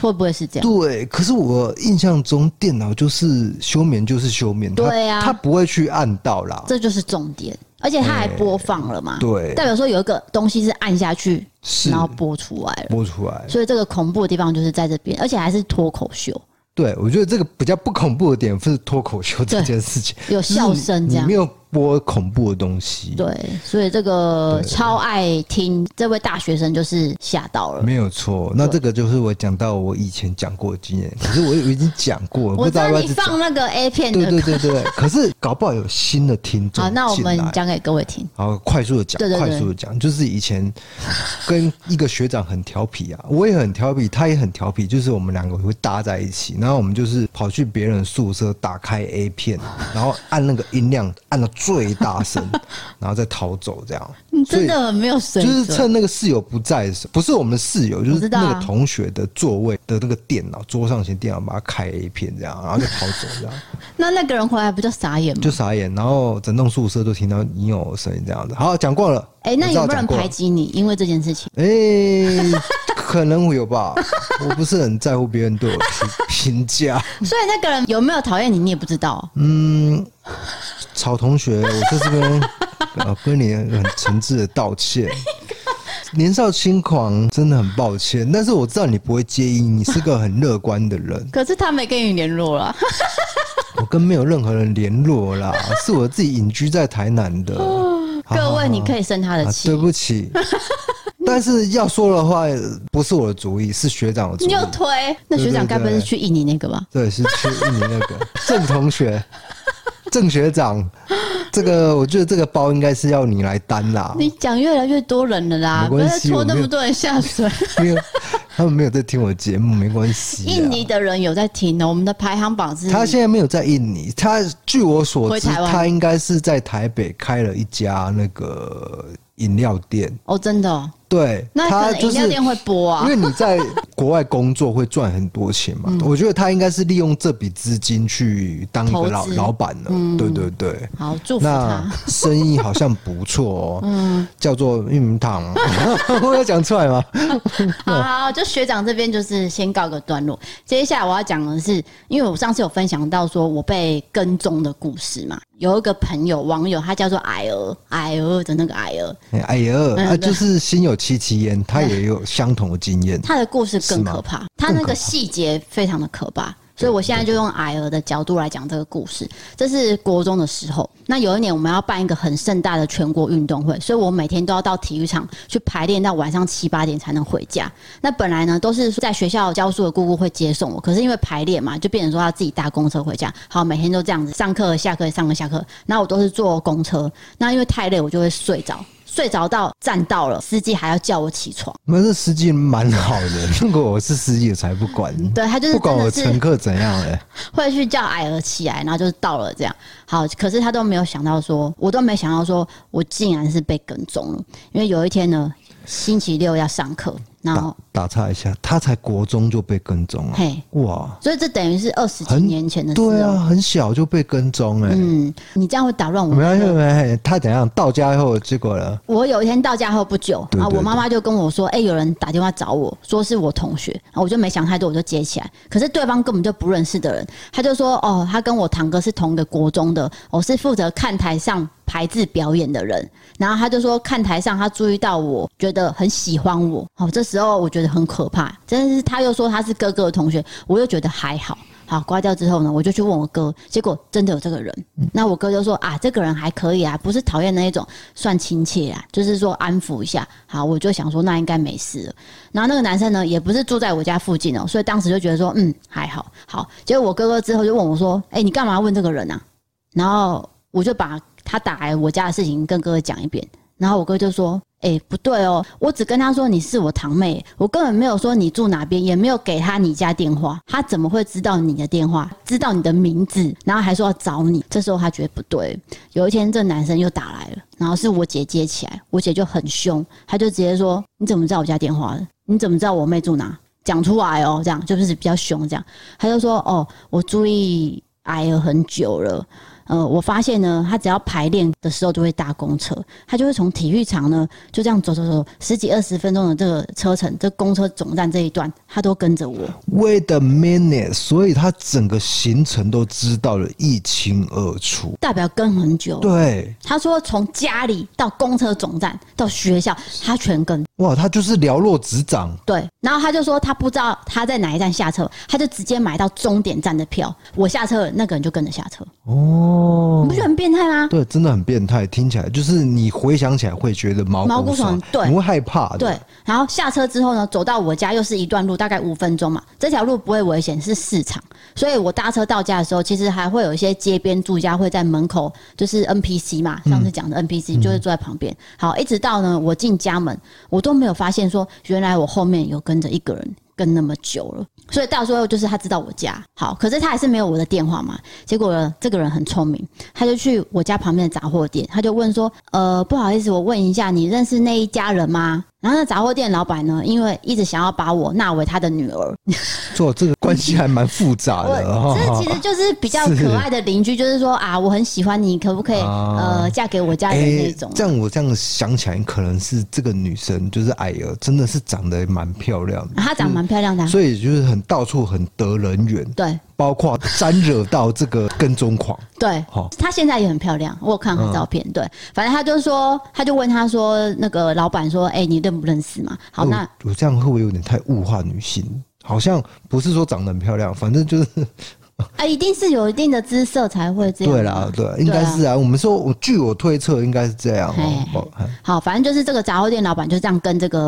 会不会是这样？对，可是我印象中电脑就是休眠就是休眠，它对啊它不会去按到啦。这就是重点，而且他还播放了嘛，对代表说有一个东西是按下去，是然后播出来了。播出来，所以这个恐怖的地方就是在这边，而且还是脱口秀，对我觉得这个比较不恐怖的点是脱口秀这对件事情，有笑声这嗯你样没。有播恐怖的东西，对，所以这个超爱听这位大学生就是吓到了。没有错。那这个就是我讲到我以前讲过的经验，可是我已经讲过，不 我知知道要道不要你再讲放那个 A 片对的对对对，可是搞不好有新的听众 好，那我进们来讲给各位听。然后快速的讲，对对对快速的讲，就是以前跟一个学长很调皮啊， 我也很调皮，他也很调皮，就是我们两个会搭在一起，然后我们就是跑去别人宿舍打开 A 片，然后按那个音量按到最大 声，然后再逃走这样。你嗯所以真的很没有水就是准，趁那个室友不在的时候，不是我们室友，就我是知道啊那个同学的座位的那个电脑桌上型电脑，把它开 A 片这样，然后就跑走 这样。那那个人回来不就傻眼吗？就傻眼，然后整栋宿舍都听到你有声音这样子。好，讲过了。哎、那我知道有没有人讲过了排？挤你？因为这件事情，哎、可能会有吧。 我不是很在乎别人对我评评价。所以那个人有没有讨厌你，你也不知道。嗯，曹同学，我在这边呃跟你很诚挚的道歉。 年少轻狂，真的很抱歉，但是我知道你不会介意，你是个很乐观的人。可是他没跟你联络啊了，我跟没有任何人联络啦，是我自己隐居在台南的。好好 哦各位，好你可以生他的啊，气。对不 起。但是要说的话，不是我的主意，是学长的主你意有。推？那学长该不会是去印尼那个吧？对，是去印尼那个 郑同学、郑学长，这个我觉得这个包应该是要你来担啦。你讲越来越多人了啦，没不要关再系拖我没那有么多人下水。没有，他们没有在听我节目，没关系啊。 印尼的人有在听哦呢，我们的排行榜是他现在没有在印尼，他据我所回知，台湾他应该是在台北开了一家那个饮料店。哦，真的哦、对，那他可能就饮料是店会播啊因。为你在国外工作会赚很多钱嘛，嗯我觉得他应该是利用这笔资金去当一投个资嗯老老板了，对对对。好，祝福那他。嗯生意好像不 错哦，叫做玉米糖， 我有讲出来吗？好好，好就学长这边就是先告个段落。接下来我要讲的是，因为我上次有分享到说我被跟踪的故事嘛，有一个朋友网友，他叫做矮儿，矮儿的那个矮儿，哎呀，嗯啊，就是心有戚戚焉，他也有相同的经验。他的故事更是吗可怕，他那更可个怕细节非常的可怕。所以我现在就用矮儿的角度来讲这个故事。这是国中的时候，那有一年我们要办一个很盛大的全国运动会，所以我每天都要到体育场去排练到晚上七八点才能回家。那本来呢都是在学校教书的姑姑会接送我，可是因为排练嘛，就变成说要自己搭公车回家。好，每天都这样子，上课下课上课下课，那我都是坐公车。那因为太累，我就会睡着，睡着到站到了，司机还要叫我起床。那这司机蛮好 的，如果我是司机，我才不管，对他就是不管真我的是乘客怎样哎嘞。会去叫矮儿起来，然后就是到了这样。好，可是他都没有想到说，我都没想到说我竟然是被跟踪了。因为有一天呢，星期六要上课，然后打打岔一下，他才国中就被跟踪了，嘿，哇，所以这等于是二十几很年前的事对了。啊，很小就被跟踪哎、嗯，你这样会打乱我没关系，没的。关系，他怎样到家以后，结果呢？我有一天到家后不久对啊，对我妈妈就跟我说：“哎、有人打电话找我，说是我同学。”啊，我就没想太多，我就接起来。可是对方根本就不认识的人，他就说：“哦，他跟我堂哥是同一个国中的，我是负责看台上排字表演的人。”然后他就说看台上他注意到我，觉得很喜欢我。哦，这时候我觉得很可怕，真的是他又说他是哥哥的同学，我又觉得还好。好，挂掉之后呢，我就去问我哥，结果真的有这个人。那我哥就说啊，这个人还可以啊，不是讨厌那一种，算亲切啊，就是说安抚一下。好，我就想说那应该没事了。然后那个男生呢，也不是住在我家附近哦，所以当时就觉得说，嗯，还好。好，结果我哥哥之后就问我说，哎、你干嘛问这个人啊？然后我就把他打来我家的事情跟哥哥讲一遍，然后我哥就说：“哎、不对哦，我只跟他说你是我堂妹，我根本没有说你住哪边，也没有给他你家电话，他怎么会知道你的电话，知道你的名字，然后还说要找你？”这时候他觉得不对。有一天，这男生又打来了，然后是我姐接起来，我姐就很凶，她就直接说：“你怎么知道我家电话的？你怎么知道我妹住哪？”讲出来哦，这样就是比较凶，这样他就说：“哦，我注意挨了很久了，呃，我发现呢，他只要排练的时候就会搭公车，他就会从体育场呢就这样走走走，十几二十分钟的这个车程，这公车总站这一段，他都跟着我。 Wait a minute，所以他整个行程都知道了一清二楚。代表跟很久，对，他说从家里到公车总站到学校，他全跟。哇，他就是寥落指掌，对，然后他就说他不知道他在哪一站下车，他就直接买到终点站的票。我下车了，那个人就跟着下车，哦你不觉得很变态啊吗？对，真的很变态，听起来就是你回想起来会觉得毛毛骨骨悚悚，对你会害怕的。对，然后下车之后呢，走到我家又是一段路，大概五分钟嘛。这条路不会危险，是市场，所以我搭车到家的时候，其实还会有一些街边住家会在门口，就是 NPC 嘛，上次讲的 NPC 就会坐在旁边。好，一直到呢我进家门，我都没有发现说，原来我后面有跟着一个人。跟那么久了，所以到时候就是他知道我家好，可是他还是没有我的电话嘛。结果呢这个人很聪明，他就去我家旁边的杂货店，他就问说：“呃，不好意思，我问一下，你认识那一家人吗？”然后那杂货店老板呢，因为一直想要把我纳为他的女儿，做这个关系还蛮复杂的。我这其实就是 比较可爱的邻居，就是说啊，我很喜欢你，可不可以啊呃嫁给我家人那诶种？啊这样我这样想起来，可能是这个女生就是艾儿，真的是长得蛮漂亮的，啊她长得蛮漂亮的啊，所以就是很到处很得人缘，对包括沾惹到这个跟踪狂。对好，她现在也很漂亮，我有看她照嗯片。对，反正她就说，她就问她说，那个老板说，哎，你认不认识嘛？好，我那我这样会不哦会有点太物化女性？好像不是说长得很漂亮，反正就是啊，一定是有一定的姿色才会这样。对啦，。对，应该是啊。我们说，我据我推测，应该是这样哦嘿。哦哎好，反正就是这个杂货店老板就这样跟这个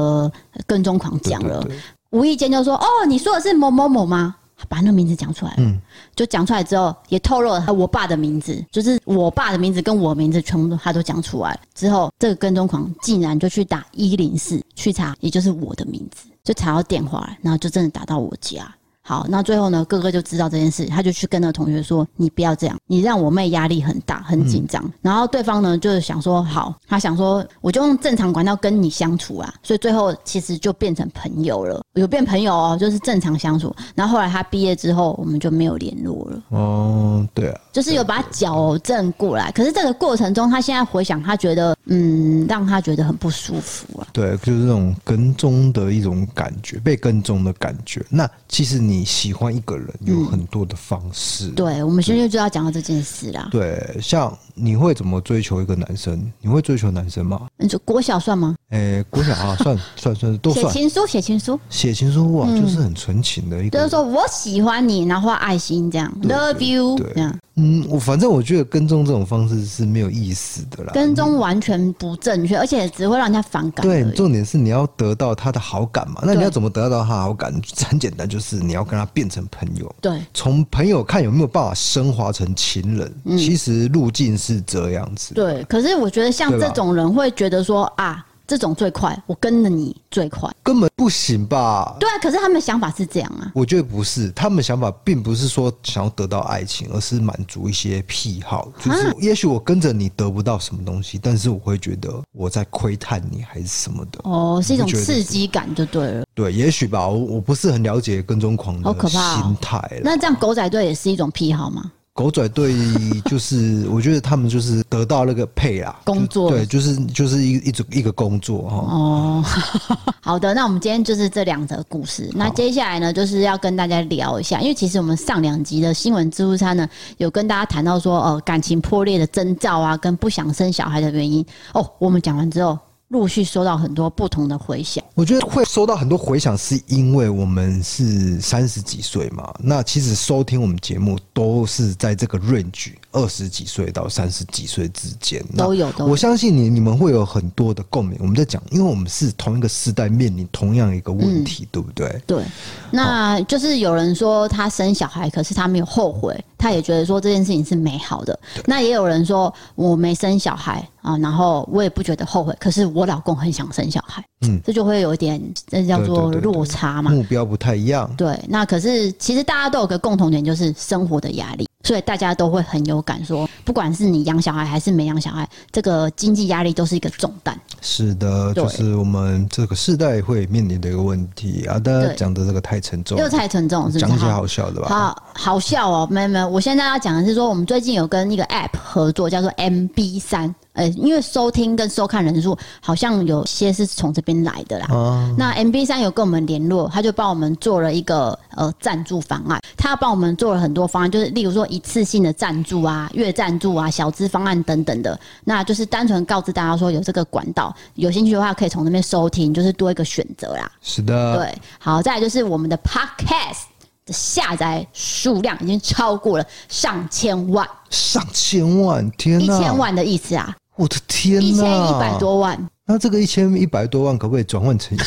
呃跟踪狂对讲了，对对无意间就说：“哦，你说的是某某某吗？”把那个名字讲出来了，就讲出来之后，也透露了他我爸的名字，就是我爸的名字跟我名字全部都他都讲出来了之后，这个跟踪狂竟然就去打一零四去查，也就是我的名字，就查到电话了，然后就真的打到我家。好，那最后呢，哥哥就知道这件事，他就去跟那个同学说：“你不要这样，你让我妹压力很大，嗯很紧张。然后对方呢，就是想说：“好，他想说我就用正常管道跟你相处啦。”所以最后其实就变成朋友了，有变朋友哦，就是正常相处。然后后来他毕业之后，我们就没有联络了。哦，对啊，就是有把他矫正过来。可是这个过程中，他现在回想，他觉得嗯，让他觉得很不舒服啊。对，就是那种跟踪的一种感觉，被跟踪的感觉。那其实你喜欢一个人有很多的方式，对，我们现在就要讲到这件事啦。对，像你会怎么追求一个男生？你会追求男生吗？你说国小算吗？诶、国小啊，算算算都写嗯算。情书，写情书，写情书哇，就是很纯情的一就个是。说我喜欢你，然后画爱心这样，love you 对这样，嗯，我反正我觉得跟踪这种方式是没有意思的啦。跟踪完全不正确，而且只会让人家反感而对，已。重点是你要得到他的好感嘛。那你对要怎么得到他的好感？很简单，就是你要跟他变成朋友。对，从朋友看有没有办法升华成情人，其实路径是这样子。嗯对。可是我觉得像对吧这种人会觉得说啊，这种最快，我跟着你最快。根本不行吧？对啊，可是他们的想法是这样啊。我觉得不是，他们想法并不是说想要得到爱情，而是满足一些癖好。啊就是也许我跟着你得不到什么东西，但是我会觉得我在窥探你还是什么的。哦，是一种你不觉得刺激感就对了。对，也许吧，我我不是很了解跟踪狂好的可怕哦心态啦。那这样狗仔队也是一种癖好吗？狗仔队 就是，我觉得他们就是得到那个配啦，工作就对，就是就是一一种一个工作哈。哦， 好的，那我们今天就是这两则故事。那接下来呢，就是要跟大家聊一下，因为其实我们上两集的新闻自助餐呢，有跟大家谈到说，呃，感情破裂的征兆啊，跟不想生小孩的原因。哦，我们讲完之后，陆续收到很多不同的回响。我觉得会收到很多回响，是因为我们是三十几岁嘛。那其实收听我们节目都是在这个 range，二十几岁到三十几岁之间那都有都有我相信你，你们会有很多的共鸣。我们在讲，因为我们是同一个世代，面临同样一个问嗯题，对不对？对，那就是有人说他生小孩，可是他没有后悔，他也觉得说这件事情是美好的。那也有人说我没生小孩啊，然后我也不觉得后悔，可是我老公很想生小孩，嗯这就会有一点这叫对做对对对嗯落差嘛。目标不太一样。对，那可是其实大家都有个共同点，就是生活的压力，所以大家都会很有感说不管是你养小孩还是没养小孩，这个经济压力都是一个重担。是的，对就是我们这个世代会面临的一个问题啊。大家对讲的这个太沉重了，又太沉重了，是不讲是？一些好笑的吧？好好笑哦，没有没有，我现在要讲的是说，我们最近有跟一个 App 合作，叫做 MB 三，呃，因为收听跟收看人数好像有些是从这边来的啦。啊，那 MB 三有跟我们联络，他就帮我们做了一个呃赞助方案，他帮我们做了很多方案，就是例如说一次性的赞助啊、月赞助啊、小资方案等等的。那就是单纯告知大家说有这个管道，有兴趣的话可以从那边收听，就是多一个选择啦。是的，对，好，再来就是我们的 Podcast 的下载数量已经超过了上千万，上千万，天一哪，千，万的哦意思啊，我的天一哪，千一百。多万，那这个一千一百多万可不可以转换 成一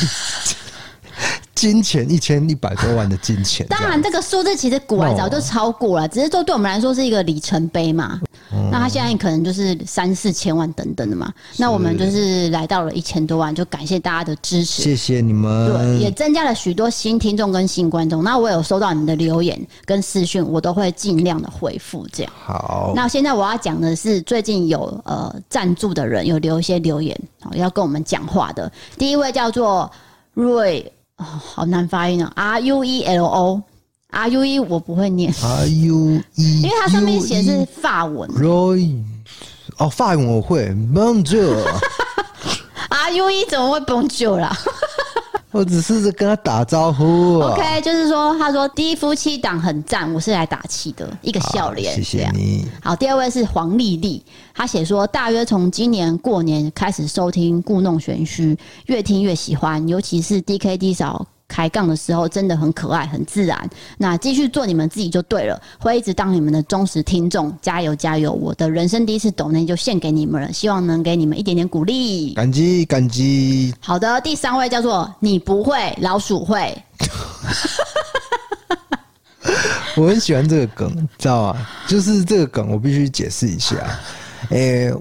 金钱？一千一百多万的金钱？当然，这样这个数字其实古来哦早就超过了，只是说对我们来说是一个里程碑嘛。那它现在可能就是三四千万等等的嘛。那我们嗯就是来到了一千多万，就感谢大家的支持。谢谢你对，也们。增加了许多新听众跟新观众。那我有收到你们的留言跟私讯，我都会尽量的回复这样。好，那现在我要讲的是，最近有呃赞助的人有留一些留言，好要跟我们讲话的。第一位叫做瑞，哦、好难发音哦，R U E L O R U E 我不会念， R 啊 U E，嗯因为它上面写的是法文 Roy，哦，法文我会 Bonjour， ，R U E 怎么会 b o n j o 啦我只是跟他打招呼啊。 ？OK，就是说他说第一夫妻档很赞，我是来打气的，一个笑脸，啊谢这谢样你。好，第二位是黄丽丽，她写说，大约从今年过年开始收听故弄玄虚，越听越喜欢，尤其是 DKD 嫂。开杠的时候真的很可爱，很自然。那继续做你们自己就对了，会一直当你们的忠实听众，加油加油！我的人生第一次抖内就献给你们了，希望能给你们一点点鼓励。感激感激，好的，第三位叫做你不会，老鼠会，我很喜欢这个梗，知道吗？就是这个梗，我必须解释一下。诶、哎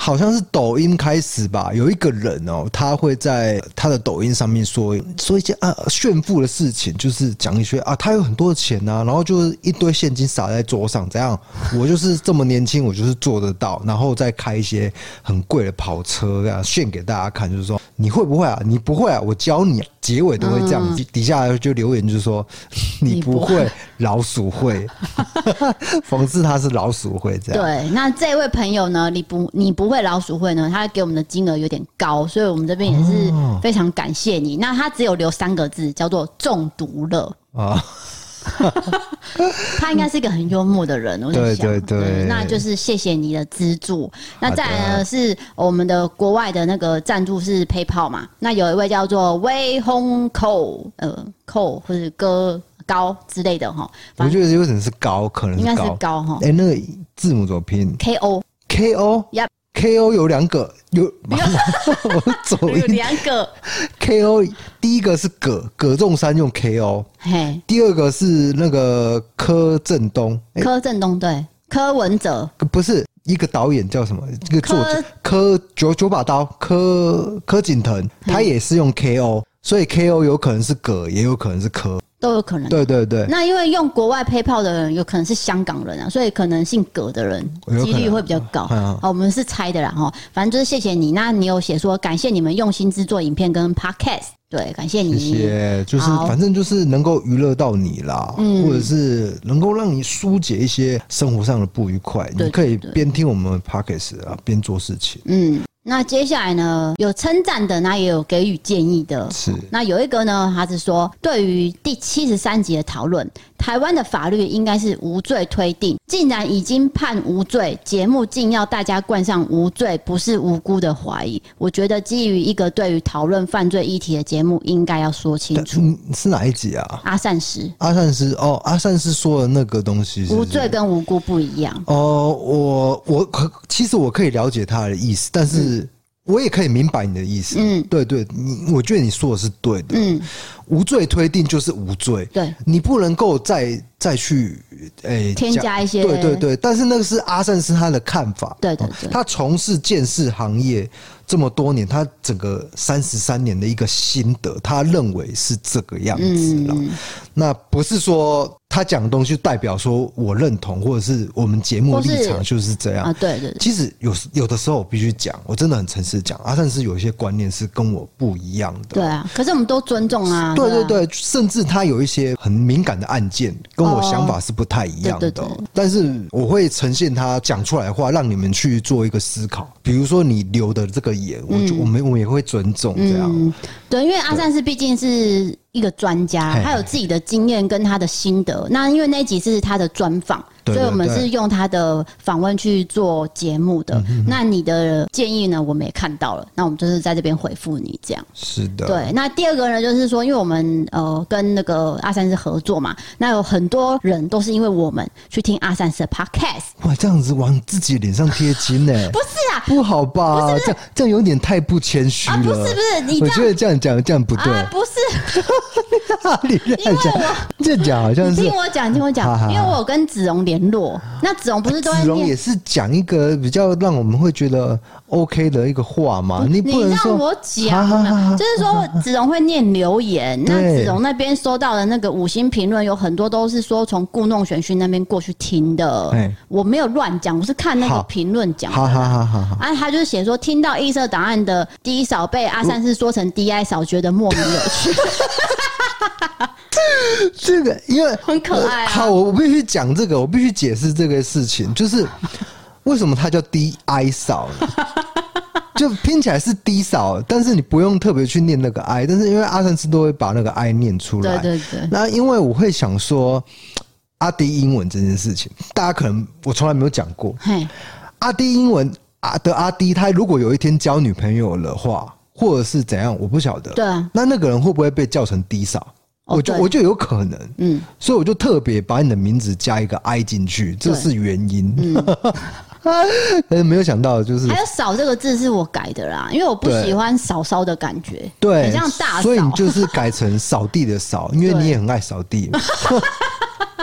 好像是抖音开始吧，有一个人哦，他会在他的抖音上面说说一些啊炫富的事情，就是讲一些啊，他有很多钱呐、然后就是一堆现金撒在桌上，这样我就是这么年轻，我就是做得到，然后再开一些很贵的跑车啊，炫给大家看，就是说你会不会啊？你不会啊？我教你、啊。结尾都会这样，底底下就留言就是说你你不不会，老鼠会，讽刺他是老鼠会这样。对，那这位朋友呢？你不你不会老鼠会呢？他给我们的金额有点高，所以我们这边也是哦非常感谢你。那他只有留三个字，叫做“中毒了啊，”。他应该是一个很幽默的人，我在想。对对对那就是谢谢你的资助。那再来好呢的是我们的国外的那个赞助是 PayPal 嘛？那有一位叫做威轰寇呃寇或者哥高之类的哈，我反正觉得有可能是高，可能应该是是高。高哈哎、那个字母怎么拼 K O。 ？K O。 Yep K O 有两个，有 我走有音。两个， K O 第一个是葛葛仲山用 K O，嘿，第二个是那个柯震东，哎、柯震东对，柯文哲，不是一个导演叫什么？一个作者柯九九把刀柯柯景腾，嗯他也是用 K O，所以 K O 有可能是葛，也有可能是柯。都有可能。对对对，那因为用国外 PayPal 的人有可能是香港人啊，所以可能姓葛的人有可能几率会比较高。嗯啊，我们是猜的啦哈。反正就是谢谢你，那你有写说感谢你们用心制作影片跟 Podcast，对，感谢谢你。谢，就是好嗯反正就是能够娱乐到你啦，或者是能够让你疏解一些生活上的不愉快。对你可以对对边听我们 p o d c a s t 啊，边做事情。嗯，那接下来呢，有称赞的，那也有给予建议的。是那有一个呢，他是说，对于第七十三集的讨论，台湾的法律应该是无罪推定，竟然已经判无罪，节目竟要大家冠上无罪不是无辜的怀疑。我觉得基于一个对于讨论犯罪议题的节目，应该要说清楚。嗯，是哪一集啊？阿善师，阿善师哦，阿善师说的那个东西是不无是罪跟无辜不一样。哦，我我可其实我可以了解他的意思，但是我也可以明白你的意思。嗯对对，你我觉得你说的是对的。嗯，无罪推定就是无罪，对，你不能够再再去诶、添讲加一些对对对，但是那个是阿善是他的看法，对对哦对他从事建设行业这么多年，他整个三十三年的一个心得，他认为是这个样子啦。嗯，那不是说他讲的东西代表说我认同，或者是我们节目或是立场就是这样啊，。对对对，其实有时有的时候我必须讲，我真的很诚实地讲，阿善是有一些观念是跟我不一样的。对啊。可是我们都尊重啊。对对啊，对，甚至他有一些很敏感的案件，跟我想法是不太一样的哦对哦、对对但是我会呈现他讲出来的话，让你们去做一个思考。比如说你留的这个言，我就、我们我们也会尊重这样。嗯，对，因为阿善是毕竟是一个专家，嘿他有自己的经验跟他的心得。那因为那一集是他的专访，对所以我们对嗯对是用他的访问去做节目的。那你的建议呢，我们也看到了，那我们就是在这边回复你这样。是的，对，那第二个呢，就是说，因为我们呃跟那个阿善是合作嘛，那有很多人都是因为我们去听阿善是 podcast，哇，这样子往自己脸上贴金呢、不是啊，不好吧？这样这样有点太不谦虚了、啊不是不是，你这我样觉得这样讲这样不对， 啊不是。你这样讲这样讲好像你是听我讲，你听好我好讲，好因为我有跟子荣联络，那子荣不是都在哎子荣也念？是讲一个比较让我们会觉得 OK 的一个话嘛，你不能让说我讲好好好啊，好就是说子荣会念留言，那对子荣那边收到的那个五星评论有很多都是说从故弄玄虚那边过去听的哎，我没有乱讲，我是看那个好评论讲好的。好好好好。啊，他就是写说听到异色档案的第一少被阿三是说成 DI 少，觉得莫名有趣， 这个因为很可爱啊好，我我必须讲这个，我必须解释这个事情，就是为什么它叫 DI 嫂 呢？就拼起来是 D 嫂，但是你不用特别去念那个 I，但是因为阿三斯都会把那个 I 念出来对，对对，那因为我会想说，阿迪英文这件事情，大家可能我从来没有讲过。嘿，阿迪英文阿的阿迪，他如果有一天交女朋友的话，或者是怎样，我不晓得。对啊那那个人会不会被叫成低嫂？哦我就对我就有可能，嗯，所以我就特别把你的名字加一个 I 进去，这对是原因。 但是没有想到，就是嗯还有少这个字是我改的啦，因为我不对喜欢少少的感觉，对很像大，所以你嫂。就是改成扫地的扫，因为 对你也很爱扫地。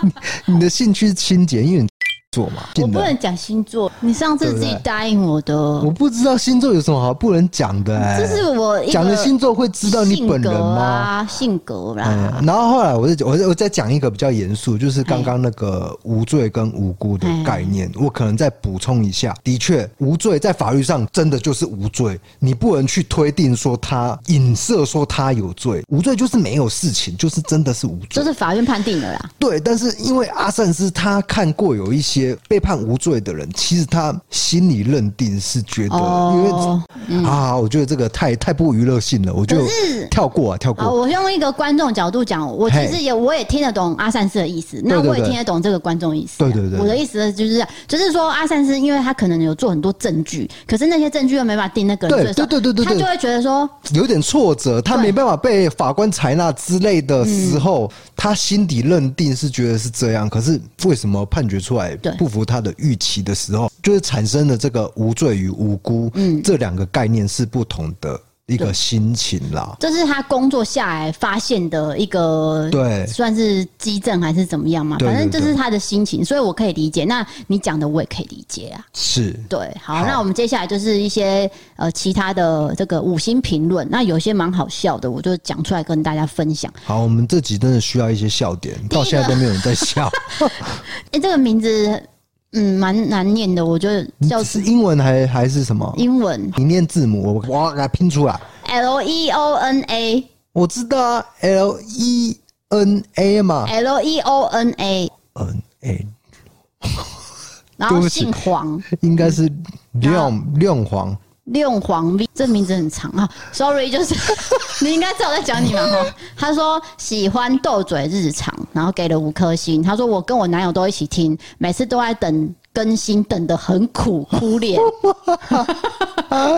你你的兴趣是清洁，因为你座嘛，我信不的能讲星座，你上次对不自对己答应我的我，不知道星座有什么好不能讲的、哎这是我一个讲了星座会知道你本人性格吗？啊，性格啦，嗯，然后后来我就我我再讲一个比较严肃，就是刚刚那个无罪跟无辜哎的概念，我可能再补充一下。的确，无罪在法律上真的就是无罪，你不能去推定说他影射说他有罪，无罪就是没有事情，就是真的是无罪就。是法院判定的啦。对，但是因为阿善斯他看过有一些被判无罪的人，其实他心里认定是觉得，哦因为、啊，我觉得这个太太不娱乐性了，我就可是跳过啊，跳啊，过。我用一个观众角度讲，我其嘿实也我也听得懂阿善斯的意思，那对对我也对听得懂这个观众意思啊。对对对我的意思就是，就是说阿善斯，因为他可能有做很多证据，可是那些证据又没办法定那个人对罪的时候对对对对他对就会觉得说，有点挫折，他对嗯没办法被法官采纳之类的时候，他心底认定是觉得是这样，可是为什么判决出来对不符他的预期的时候，就是产生了这个无罪与无辜，嗯这两个概念是不同的一个心情啦。这是他工作下来发现的一个，对算是基证还是怎么样嘛？哎对对反正这是对他的心情，所以我可以理解。那你讲的我也可以理解啊。是，对，好，好那我们接下来就是一些呃其他的这个五星评论，那有些蛮好笑的，我就讲出来跟大家分享。好，我们这集真的需要一些笑点，到现在都没有人在 笑。哎、这个名字嗯蛮难念的，我觉得叫是英文还还是什么？英文你念字母，我我给它拼出来。 L E O N A 我知道啊，L E N A 嘛 L E O N A， ，N A 然对后不起姓黄，应该是嗯亮亮黄。六黄 V，这名字很长啊，sorry，就是你应该知道我在讲你嘛哈。他说喜欢斗嘴日常，然后给了五颗星。他说我跟我男友都一起听，每次都在等更新，等的很苦，哭脸。呃，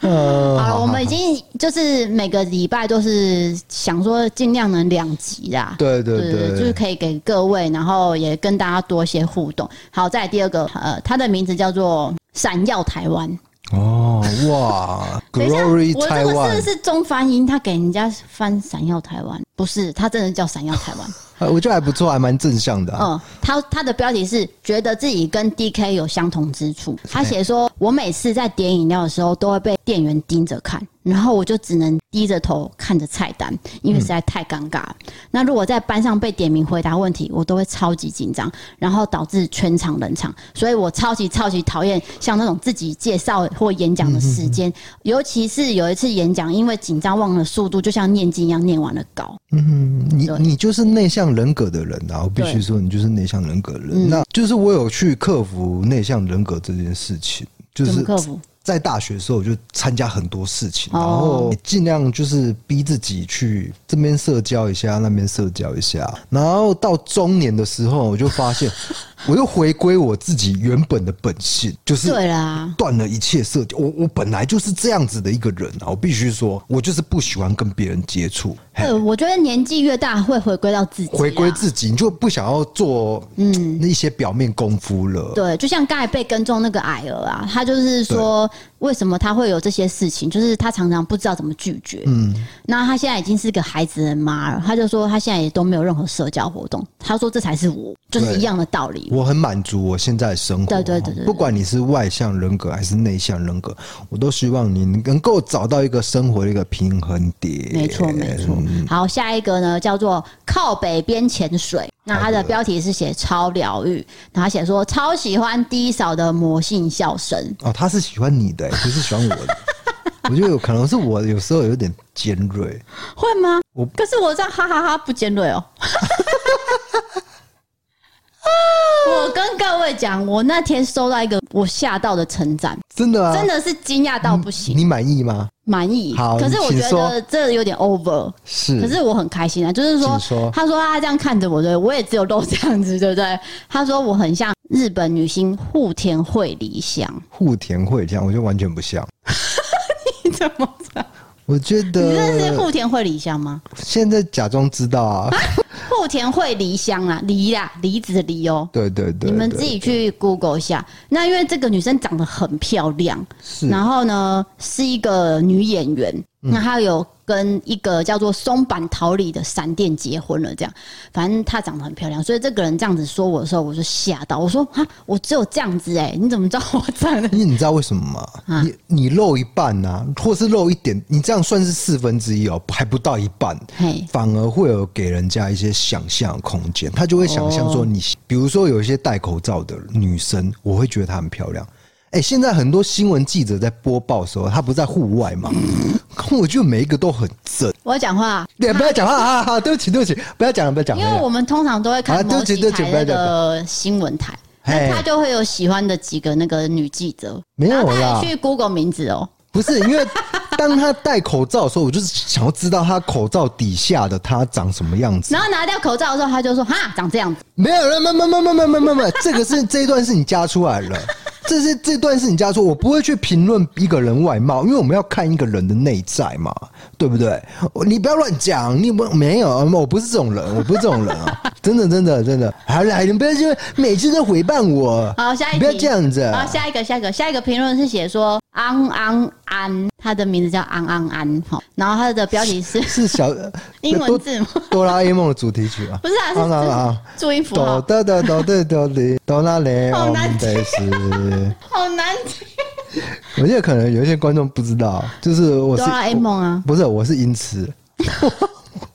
好了，好我们已经就是每个礼拜都是想说尽量能两集啦。对对对对就是可以给各位，然后也跟大家多一些互动。好，再来第二个，呃，他的名字叫做闪耀台湾。哦哇等一下， ，Glory 我这个是 Taiwan，是中翻音，他给人家翻闪耀台湾，不是，他真的叫闪耀台湾。呃我觉得还不错，还蛮正向的啊。嗯，他他的标题是觉得自己跟 DK 有相同之处。他写说，我每次在点饮料的时候，都会被店员盯着看，然后我就只能低着头看着菜单，因为实在太尴尬了。那如果在班上被点名回答问题，我都会超级紧张，然后导致全场冷场。所以我超级超级讨厌像那种自己介绍或演讲的时间，尤其是有一次演讲，因为紧张忘了速度，就像念经一样念完了稿。嗯，你对你就是内向人格的人啊，我必须对说你就是内向人格的嗯人。那就是我有去克服内向人格这件事情，就怎么是克服？在大学的时候，我就参加很多事情，哦然后尽量就是逼自己去这边社交一下，那边社交一下。然后到中年的时候，我就发 现，我又回归我自己原本的本性，就是对啦，断了一切社交。我我本来就是这样子的一个人啊，我必须说，我就是不喜欢跟别人接触。嘿对，我觉得年纪越大会回归到自己啊，回归自己，你就不想要做嗯一些表面功夫了。对，就像刚才被跟踪那个矮儿啊，他就是说为什么他会有这些事情，就是他常常不知道怎么拒绝。嗯，那他现在已经是个孩子的妈了，他就说他现在也都没有任何社交活动，他说这才是我，就是一样的道理。我很满足我现在的生活。对对对对对不管你是外向人格还是内向人格，我都希望你能够找到一个生活的一个平衡点。没错，没错。嗯好，下一个呢叫做靠北边潜水。那它的标题是写超疗愈，然后它写说超喜欢低扫的魔性笑声，哦，他是喜欢你的、不是喜欢我 的。我觉得有可能是我有时候有点尖锐，会吗？我可是我这样哈哈哈不尖 锐哦。我跟各位讲，我那天收到一个我吓到的称赞，真的啊，真的是惊讶到不行，你满意吗？满意。好可是我觉请说得这有点 over。是，可是我很开心啊，就是说，请说他说他这样看着我，对我也只有露这样子，对不对？他说我很像日本女星户田惠梨香， 户田惠这样，我觉得完全不像。你怎么知道？我觉你认识得户田惠梨香吗？现在假装知道啊，户田惠梨香啊，梨啦，梨子的梨哦、对对对，你们对自己去 Google 一下。那因为这个女生长得很漂亮，是嗯然后呢是一个女演员，那他有跟一个叫做松坂桃李的闪电结婚了，这样，反正她长得很漂亮，所以这个人这样子说我的时候，我就吓到，我说啊，我只有这样子哎、你怎么知道我 长得？因为你知道为什么吗？啊你你露一半呐、或是露一点，你这样算是四分之一哦，还不到一半，嘿，反而会有给人家一些想象空间，他就会想象哦说你，比如说有一些戴口罩的女生，我会觉得她很漂亮。哎、现在很多新闻记者在播报的时候，他不在户外 嘛？可我觉得每一个都很正。我要讲话，对，不要讲话啊！好，对不起，对不起，不要讲了，不要讲因为了。我们通常都会啊看对某不起几对不台起不要那讲个新闻台，嘿那他就会有喜欢的几个那个女记者，没有然后他啦还去 Google 名字哦、不是因为当他戴口罩的时候，我就是想要知道他口罩底下的他长什么样子。然后拿掉口罩的时候，他就说哈长这样子，没有了，没没没没没没没没，这个是这一段是你加出来了，这是这段是你加出，我不会去评论一个人外貌，因为我们要看一个人的内在嘛，对不对？我你不要乱讲，你不没有，我不是这种人，我不是这种人啊，真的真的真的，好了，你不要因为每次都回谤我，好下一不要题这样子，啊然后下一个，下一个，下一个评论是写说安安安，他的名字叫安安安，好，然后他的标 题是是小英文哆 字母，哆啦 A 梦的主题曲啊，不是啊，啊啊啊是注音符哆号，哆哆哆哆哆哆啦 A 好梦难的是。好难听。我觉得可能有一些观众不知道，就是我是哆啦 A 梦啊，不是我是音痴，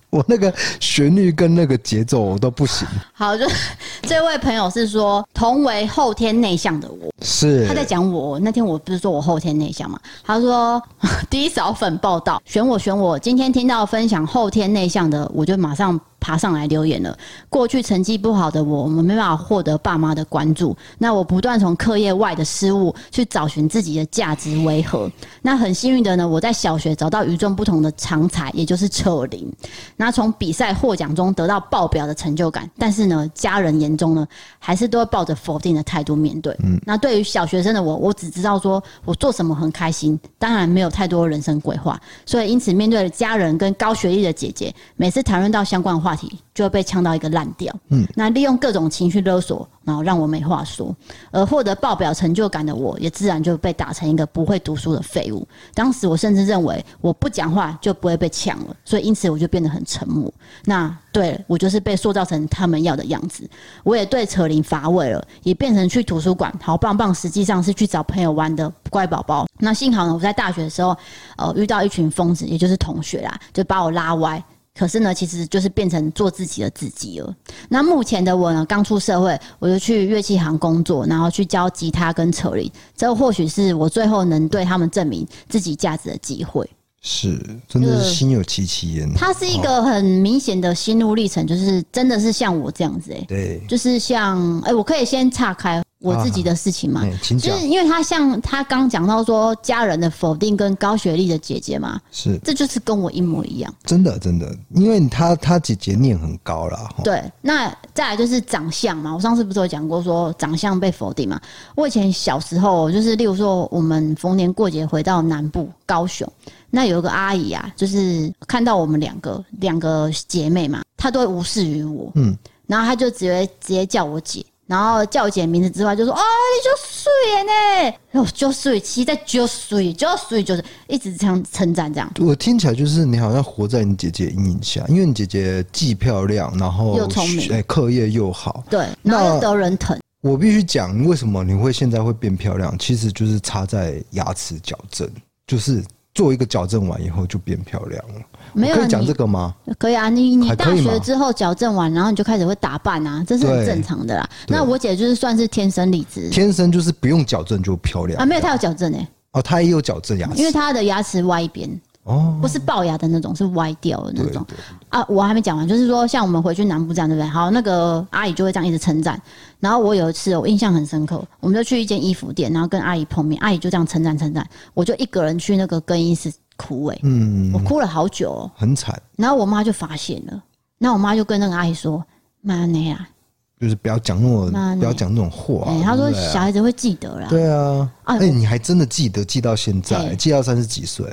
我那个旋律跟那个节奏我都不行。好，就 这位朋友是说同为后天内向的我，是他在讲我那天我不是说我后天内向嘛？他说 第一扫粉报道选我选我，今天听到分享后天内向的，我就马上爬上来留言了。过去成绩不好的我，我们没办法获得爸妈的关注，那我不断从课业外的失误去找寻自己的价值为何。那很幸运的呢，我在小学找到与众不同的长才，也就是扯铃。那从比赛获奖中得到爆表的成就感，但是呢，家人眼中呢，还是都会抱着否定的态度面对。嗯，那对于小学生的我，我只知道说我做什么很开心，当然没有太多人生规划，所以因此面对了家人跟高学历的姐姐，每次谈论到相关的话题，就会被呛到一个烂掉。嗯，那利用各种情绪勒索，然后让我没话说，而获得爆表成就感的我，也自然就被打成一个不会读书的废物。当时我甚至认为我不讲话就不会被抢了，所以因此我就变得很沉默。那对我就是被塑造成他们要的样子，我也对扯铃乏味了，也变成去图书馆好棒棒，实际上是去找朋友玩的乖宝宝。那幸好呢，我在大学的时候，呃，遇到一群疯子，也就是同学啦，就把我拉歪。可是呢，其实就是变成做自己的自己了。那目前的我呢，刚出社会，我就去乐器行工作，然后去教吉他跟扯铃，这或许是我最后能对他们证明自己价值的机会。是，真的这个是心有戚戚焉。它是一个很明显的心路历程，就是真的是像我这样子、欸，对，就是像，哎、我可以先岔开我自己的事情吗？哎请就讲是因为他像他刚讲到说家人的否定跟高学历的姐姐嘛，是这就是跟我一模一样。真的真的，因为他他姐姐念很高啦，吼对，那再来就是长相嘛，我上次不是有讲过说长相被否定嘛？我以前小时候就是，例如说我们逢年过节回到南部高雄，那有一个阿姨啊，就是看到我们两个两个姐妹嘛，她都会无视于我，嗯，然后她就直接直接叫我姐。然后叫我姐名字之外，就说：“哦，你就睡耶呢，然后就睡，期待就睡，就睡，就是一直这样称赞这样。我听起来就是你好像活在你姐姐阴影下，因为你姐姐既漂亮，然后又聪明哎课业又好。对，然后那又得人疼，我必须讲，为什么你会现在会变漂亮，其实就是差在牙齿矫正，就是做一个矫正完以后就变漂亮了。没有啊我可以讲你这个吗？可以啊，你你还大可以吗学之后矫正完，然后你就开始会打扮啊，这是很对正常的啦。对那我姐就是算是天生丽质天生就是不用矫正就漂亮啊，没有她有矫正哎、哦，她也有矫正牙因齿为她的牙齿歪一边，哦，不是龅牙的那种，是歪掉的那对种对啊。我还没讲完，就是说像我们回去南部站对不对？好，那个阿姨就会这样一直称赞。然后我有一次我印象很深刻，我们就去一间衣服店，然后跟阿姨碰面，阿姨就这样称赞称赞，我就一个人去那个更衣室哭哎、嗯我，哭了好久、哦，很惨，然后我妈就发现了，那我妈就跟那个阿姨说：“妈呢啊。”就是不要讲那妈种呢不要讲那种话哎、啊。他说对不对小孩子会记得啦。对啊，哎哎，你还真的记得记到现哎在，记到三十几 岁，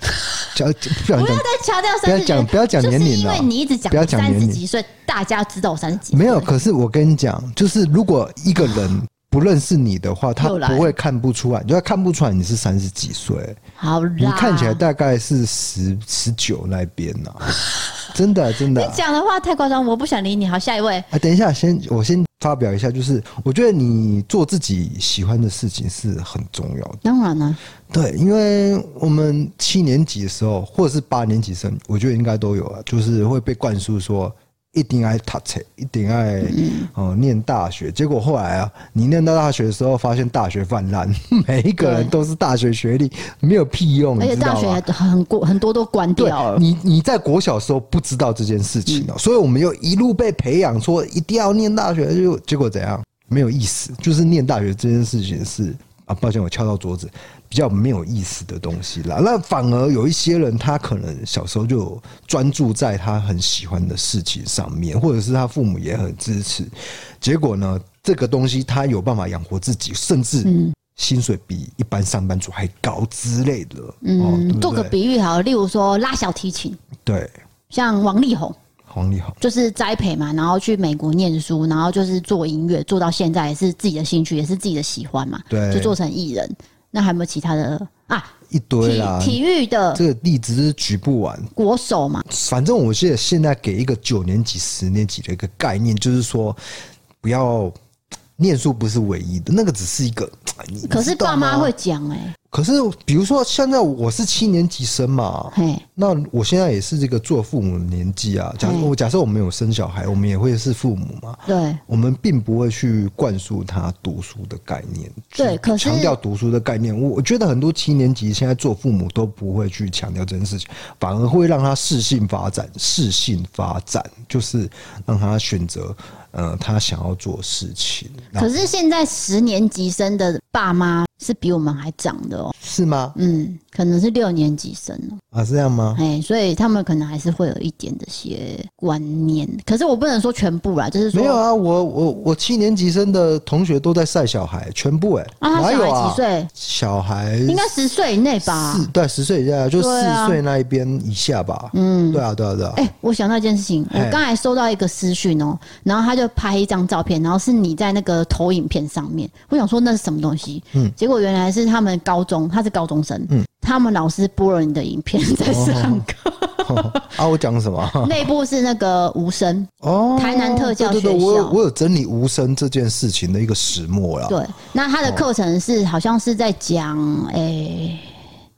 讲不小心讲再强不调要三十几讲不要讲年就是龄因了为你一直讲不要讲三年十龄几岁，大家知道我三十几岁。没有，可是我跟你讲，就是如果一个人不认识你的话，他又来不会看不出来，就他看不出来你是三十几岁，好啦，你看起来大概是十十九那边呐、 真的啊、真的你啊、讲的话太夸张，我不想理你。好，下一位，啊，等一下，先我先发表一下，就是我觉得你做自己喜欢的事情是很重要的。当然了，对，因为我们七年级的时候，或者是八年级生，我觉得应该都有啊，就是会被灌输说一定爱读册，一定爱嗯哦、呃念大学。结果后来啊，你念到大学的时候，发现大学泛滥， 每一个人对都是大学学历，没有屁用，而你且知大道学吗？还很过很多都关对掉了。嗯你，你在国小的时候不知道这件事情哦、所以我们又一路被培养说一定要念大学，就结果怎样？没有意思，就是念大学这件事情是啊，抱歉，我敲到桌子，比较没有意思的东西啦。那反而有一些人，他可能小时候就有专注在他很喜欢的事情上面，或者是他父母也很支持，结果呢，这个东西他有办法养活自己，甚至嗯薪水比一般上班族还高之类的。哦对不嗯，对做个比喻好了，例如说拉小提琴，对。像王力宏。黄立豪，就是栽培嘛，然后去美国念书，然后就是做音乐，做到现在也是自己的兴趣，也是自己的喜欢嘛，对就做成艺人。那还有没有其他的啊？一堆体啦。体育的这个例子是举不完，国手嘛，反正我现在现在给一个九年级、十年级的一个概念，就是说不要念书不是唯一的，那个只是一个。你可是你知道爸妈吗会，讲哎、可是比如说现在我是七年级生嘛，嘿，那我现在也是这个做父母的年纪啊。假嗯我假设我们有生小孩，我们也会是父母嘛。对我们并不会去灌输他读书的概念，对去可是强调哦读书的概念，我我觉得很多七年级现在做父母都不会去强调这件事情，反而会让他适性发展，适性发展就是让他选择呃他想要做的事情，那可是现在十年级生的爸妈是比我们还长的哦，是吗？嗯，可能是六年级生哦，啊，是这样吗？哎，所以他们可能还是会有一点这些观念，可是我不能说全部啦，就是说没有啊，我我我七年级生的同学都在晒小孩，全部哎、啊，他哪有小孩啊几？岁？小孩应该十岁以内吧？四对十岁以下，就对啊四岁那一边以下吧。嗯，对啊，对啊，对啊。哎、我想到一件事情，嘿我刚才收到一个私讯哦、然后他就拍一张照片，然后是你在那个投影片上面，我想说那是什么东西？嗯，结果原来是他们高中，他是高中生，嗯，他们老师播了你的影片 在哦上课，啊，我讲什么啊？内、部是那个无声，哦，台南特教对对对，学校我有我有整理无声这件事情的一个始末啦。对，那他的课程是、好像是在讲，哦哎、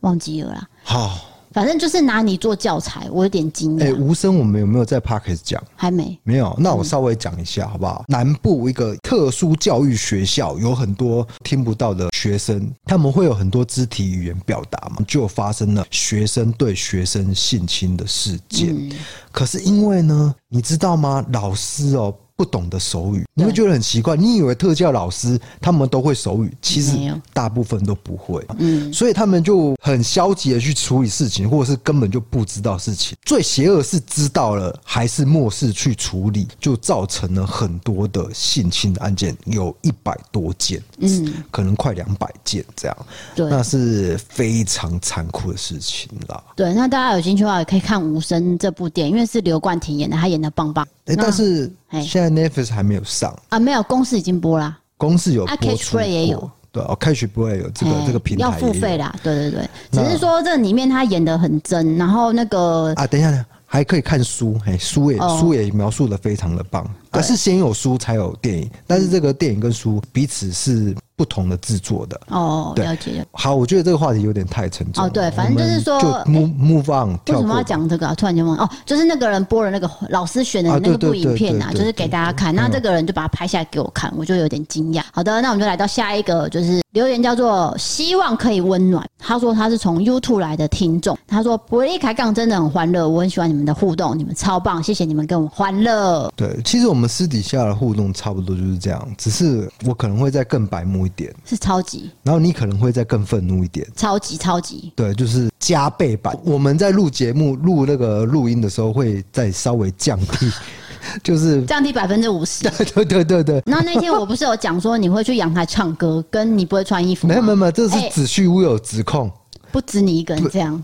忘记了啦，好，反正就是拿你做教材，我有点惊哎、讶，无声我们有没有在 Parkes 讲？还没，没有，那我稍微讲一下好不好？南部一个特殊教育学校，有很多听不到的学生，他们会有很多肢体语言表达嘛，就发生了学生对学生性侵的事件。嗯可是因为呢，你知道吗？老师哦。不懂得手语，你会觉得很奇怪。你以为特教老师他们都会手语，其实没有大部分都不会。嗯，所以他们就很消极的去处理事情，或者是根本就不知道事情。最邪恶是知道了还是漠视去处理，就造成了很多的性侵案件，有一百多件，嗯，可能快两百件这样。对那是非常残酷的事情啦。对，那大家有兴趣的话，也可以看《无声》这部电影，因为是刘冠廷演的，他演的棒棒。诶那但是嘿现在 Netflix 还没有上，啊，没有，公司已经播啦，公司有啊播出 Catchplay 也过有，对哦，Catchplay 有这个哎这个平台要付也有费啦。对对对，那只是说这里面他演的很真，然后那个啊，等一下，等一下还可以看书，嘿，书也、哦书也描述的非常的棒，而、是先有书才有电影，但是这个电影跟书彼此是不同的制作的。哦，啊对了解了。好，我觉得这个话题有点太沉重了。哦对反正就是说哎我们就 move move on，为跳什么要过。讲这个、啊？突然间忘了哦，就是那个人播了那个老师选的啊那对个部对影片啊，对对对嗯就是给大家看。那这个人就把它拍下来给我看，我就有点惊讶。好的，那我们就来到下一个，就是留言叫做“希望可以温暖”。他说他是从 YouTube 来的听众，他说伯利开杠真的很欢乐，我很喜欢你们的互动，你们超棒，谢谢你们跟我欢乐。对，其实我们私底下的互动差不多就是这样，只是我可能会再更白目一点，是超级然后你可能会再更愤怒一点。超级超级，对，就是加倍版。我们在录节目、录那个录音的时候，会再稍微降低， 就是 降低百分之五十。对对对对对，然后那天我不是有讲说你会去阳台唱歌，跟你不会穿衣服吗，没有没有没有，这哎是子虚乌有指控。 不止你一个人这样。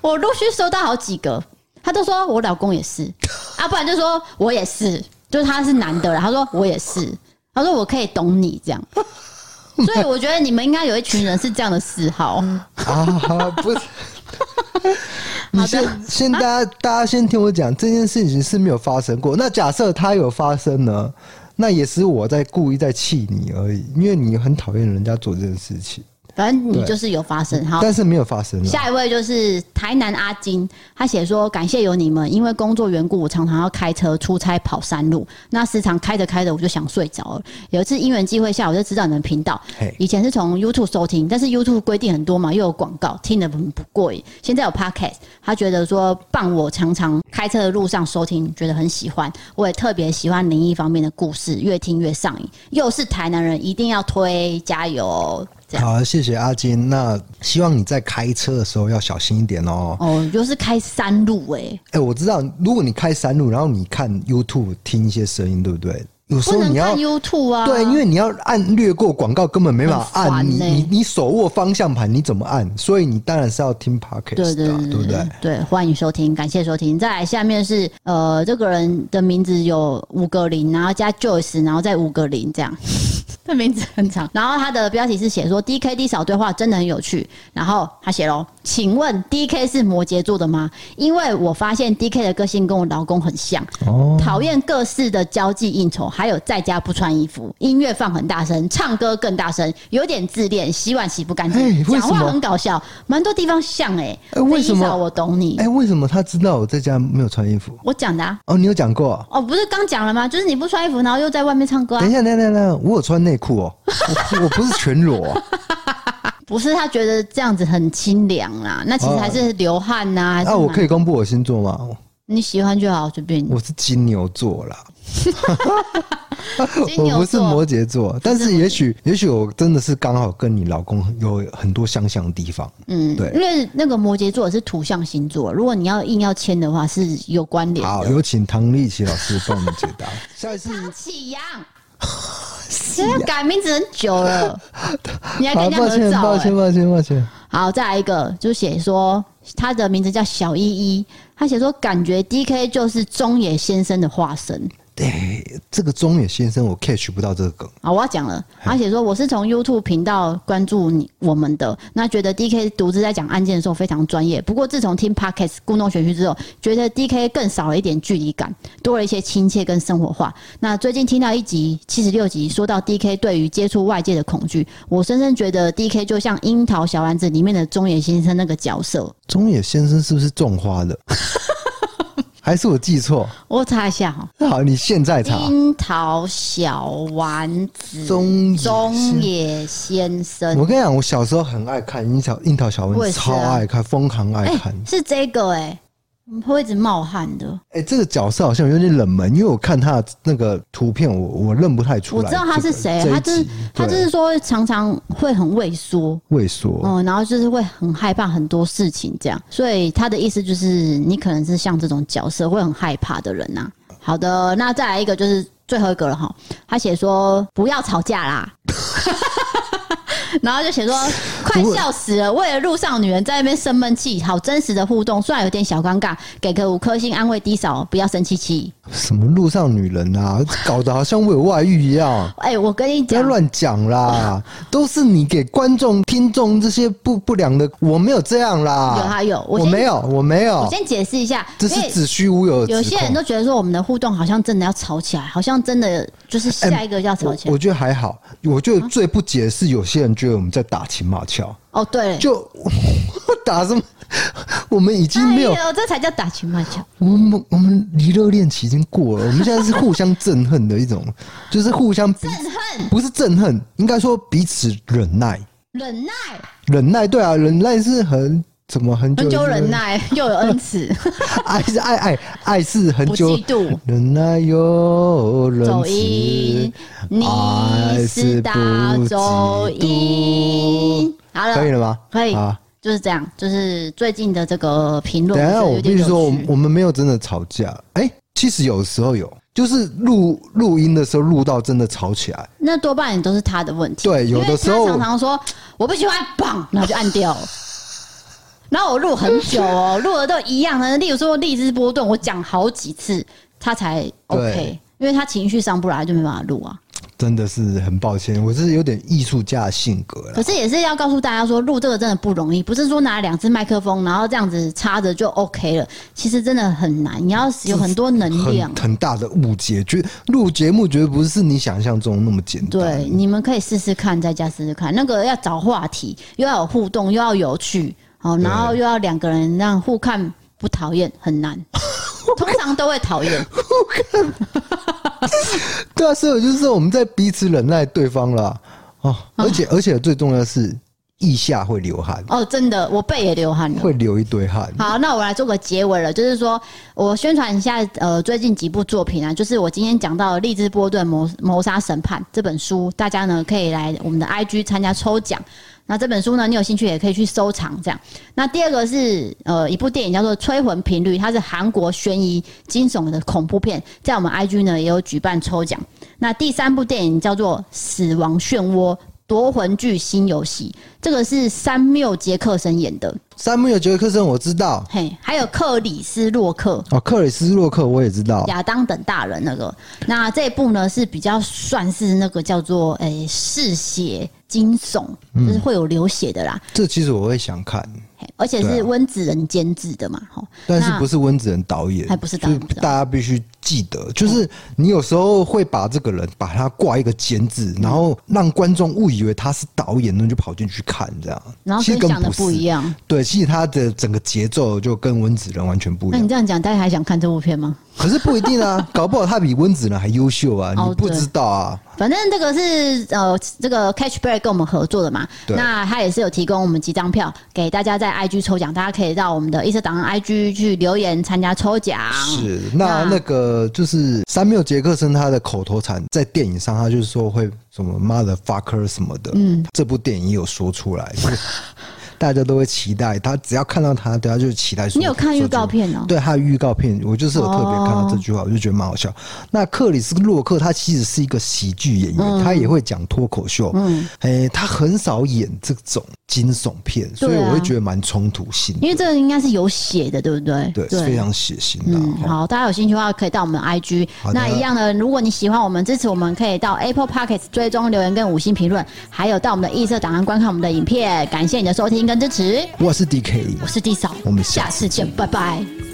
我陆续收到好几个，他都说我老公也是，啊，不然就说 我也是，就是他是男的，然后他说我也是，他说我可以懂你这样。所以我觉得你们应该有一群人是这样的嗜好。啊， 不是。你先先大家大家先听我讲，这件事情是没有发生过。那假设它有发生呢，那也是我在故意在气你而已，因为你很讨厌人家做这件事情，反正你对就是有发生。好，但是没有发生啊。下一位就是台南阿金，他写说感谢有你们，因为工作缘故，我常常要开车出差跑山路，那时常开着开着我就想睡着了。有一次因缘机会下，我就知道你们频道嘿，以前是从 YouTube 收听，但是 YouTube 规定很多嘛，又有广告，听得很不过瘾。现在有 Podcast，他觉得说伴我常常开车的路上收听，觉得很喜欢。我也特别喜欢灵异方面的故事，越听越上瘾。又是台南人，一定要推，加油！这样。好，谢谢阿金。那希望你在开车的时候要小心一点哦。哦，就是开山路哎、哎、我知道，如果你开山路，然后你看 YouTube 听一些声音，对不对？有时不候能你要看 YouTube 啊。对，因为你要按略过广告，根本没办法很烦按。你欸你你手握方向盘，你怎么按？所以你当然是要听 podcast 对对的、啊，对不对？对，欢迎收听，感谢收听。再来，下面是呃，这个人的名字有五个零，然后加 Joyce，然后再五个零，这样。 这名字很长，然后他的标题是写说 D K D 少对话真的很有趣，然后他写喽，请问 D K 是摩羯座的吗？因为我发现 D K 的个性跟我老公很像，哦，讨厌各式的交际应酬，还有在家不穿衣服，音乐放很大声，唱歌更大声，有点自恋，洗碗洗不干哎净，为讲什话么很搞笑，蛮多地方像哎、哎为什么这一少我懂你，哎、为什么他知道我在家没有穿衣服？我讲的啊，哦，你有讲过啊、哦，不是刚讲了吗？就是你不穿衣服，然后又在外面唱歌啊等一，下，等一下，等一下，我有穿内裤 哦，我我不是全裸、啊，不是他觉得这样子很清凉啦，那其实哦还是流汗呐、还是那、啊我蛮可以公布我星座吗？你喜欢就好，随便你。我是金牛座啦， 金我牛不是座摩羯座，但是也许也许我真的是刚好跟你老公有很多相像的地方。嗯，对因为那个摩羯座是土象星座，如果你要硬要签的话是有关联好，的。有请唐立奇老师帮我们解答。下一次唐 启阳，这要改名字很久 了，你还好，跟人家抱合歉，照、抱欸歉，？抱歉，抱歉。好，再来一个，就写说他的名字叫小依依，他写说感觉 D K 就是中野先生的化身。哎、这个中野先生我 catch 不到这个梗，好，我要讲了。他写说我是从 YouTube 频道关注你我们的，那觉得 D K 独自在讲案件的时候非常专业。不过自从听 Podcast 故弄玄虚之后，觉得 D K 更少了一点距离感，多了一些亲切跟生活化。那最近听到一集七十六集，说到 D K 对于接触外界的恐惧，我深深觉得 D K 就像《樱桃小丸子》里面的中野先生那个角色。中野先生是不是种花 的？还是我记错？我查一下哈，好，你现在查《樱桃小丸子》中中先野先生。我跟你讲，我小时候很爱看《樱桃樱桃小丸我子也》，是啊超爱看，疯狂爱哎、看。哎、是这个哎、会一直冒汗的。这个角色好像有点冷门，因为我看他的那个图片，我我认不太出来。我知道他是谁，他就是他就是说常常会很畏缩，畏缩。嗯，然后就是会很害怕很多事情这样，所以他的意思就是你可能是像这种角色会很害怕的人呐、啊好的，那再来一个就是最后一个了哈，他写说不要吵架啦。 然后 就写说，快笑死了！为了路上女人在那边生闷气，好真实的互动，虽然有点小尴尬，给个五颗星安慰低嫂，不要生气气。什么路上女人啊，搞得好像我有外遇一样。哎、我跟你不要讲，乱讲啦，都是你给观众、听众这些不不良的，我没有这样啦。有啊有我我先没有，我没有我，先解释一下，这因是为子虚乌有的指控。有些人都觉得说我们的互动好像真的要吵起来，好像真的就是哎下一个要吵起我，来。我觉得还好。我觉啊得最不解的是有些人觉得我们在打情骂俏，哦，对，就 打什么？我们已经没有哎，呦，这才叫打情骂俏。我们我们离热恋期已经过了，我们现在是互相憎恨的一 种，就是互相彼憎恨、不是憎恨，应该说彼此忍耐，忍耐，忍耐。对啊，忍耐是很怎么很久很久忍，耐，又有 恩慈， 爱是爱爱爱是很不久嫉妒。忍耐哟，忍走一音，你是大走音。好可以了，了吗？可以啊。就是这样，就是最近的这个评论，等一下，我我觉得必有点须有说，我趣我们没有真的吵架。哎、其实有时候有，就是录录音的时候录到真的吵起来。那多半也都是他的问题。对有的时候因为他常常说我不喜欢，棒，然后就 按掉了。然后我录很久哦，录的都一样的。例如说荔枝波顿，我讲好几次，他才 OK，因为他情绪上不来就没办法录啊。真的是很抱歉，我是有点艺术家的性格啦可。是也是要告诉大家说，录这个真的不容易，不是说拿两只麦克风，然后这样子插着就 OK 了。其实真的很难，你要有很多能量很。很大的误解，觉得录节目绝对不是你想象中那么简单。对，你们可以试试看，在家试试看。那个要找话题，又要有互动，又要有趣，好，然后又要两个人让互看不讨厌，很难。通常都会讨厌，对啊，所以就是我们在彼此忍耐对方啦。哦，啊而且而且最重要的是，腋下会流汗，哦，真的，我背也流汗了。会流一堆汗。好，那我来做个结尾了，就是说我宣传一下呃最近几部作品啊，就是我今天讲到的《利兹波顿谋谋杀审判》这本书，大家呢可以来我们的 IG 参加抽奖。那这本书呢，你有兴趣也可以去收藏这样。那第二个是呃一部电影叫做《催魂频率》，它是韩国悬疑惊悚的恐怖片，在我们 IG 呢也有举办抽奖。那第三部电影叫做《死亡漩涡》。夺魂剧新游戏，这个是三缪杰克森演的，山姆有杰克森我知道，嘿，还有克里斯洛克、哦，克里斯洛克我也知道。亚当等大人那个。那这一部呢是比较算是那个叫做诶嗜血惊悚，嗯就是会有流血的啦，这其实我会想看，嘿而且对是啊温子仁监制的嘛，吼。但是那不是温子仁导演，还不是哦导就演是大家必须记得，就是你有时候会把这个人把他挂一个尖字，嗯然后让观众误以为他是导演，那就跑进去看这样，然后其实跟根想本的不是一样。对，其实他的整个节奏就跟温子仁完全不一那你样。这样讲，大家还想看这部片吗？可是不一定啊，搞不好他比温子仁还优秀啊，哦你不对知道啊。反正这个是呃，这个 Catch Break 跟我们合作的嘛，对那他也是有提供我们几张票给大家在 IG 抽奖，大家可以到我们的一色档案 IG 去留言参加抽奖。是，那啊那那个就是三缪杰克森他的口头禅，在电影上他就是说会什么 motherfucker 什么的，嗯，这部电影也有说出来，就是大家都会期待他，只要看到他，大家就期待说。你有看说预告出片哦、哦对他的预告片，我就是有特别看到这句话，我就觉得蛮好笑。那克里斯洛克他其实是一个喜剧演员，嗯他也会讲脱口秀，嗯，哎、他很少演这种惊悚片，所以对啊我会觉得蛮冲突性因的，为这个应该是有写的，对不对？对，非常血腥的、啊哦嗯，哈好，大家有兴趣的话可以到我们的 IG 好。的那一样的，如果你喜欢我们支持我们，可以到 Apple p o c k e t 追踪留言跟五星评论，还有到我们的异色档案观看我们的影片。感谢你的收听跟支持，我是 DK。我是地嫂，哎我们下下次见，拜拜。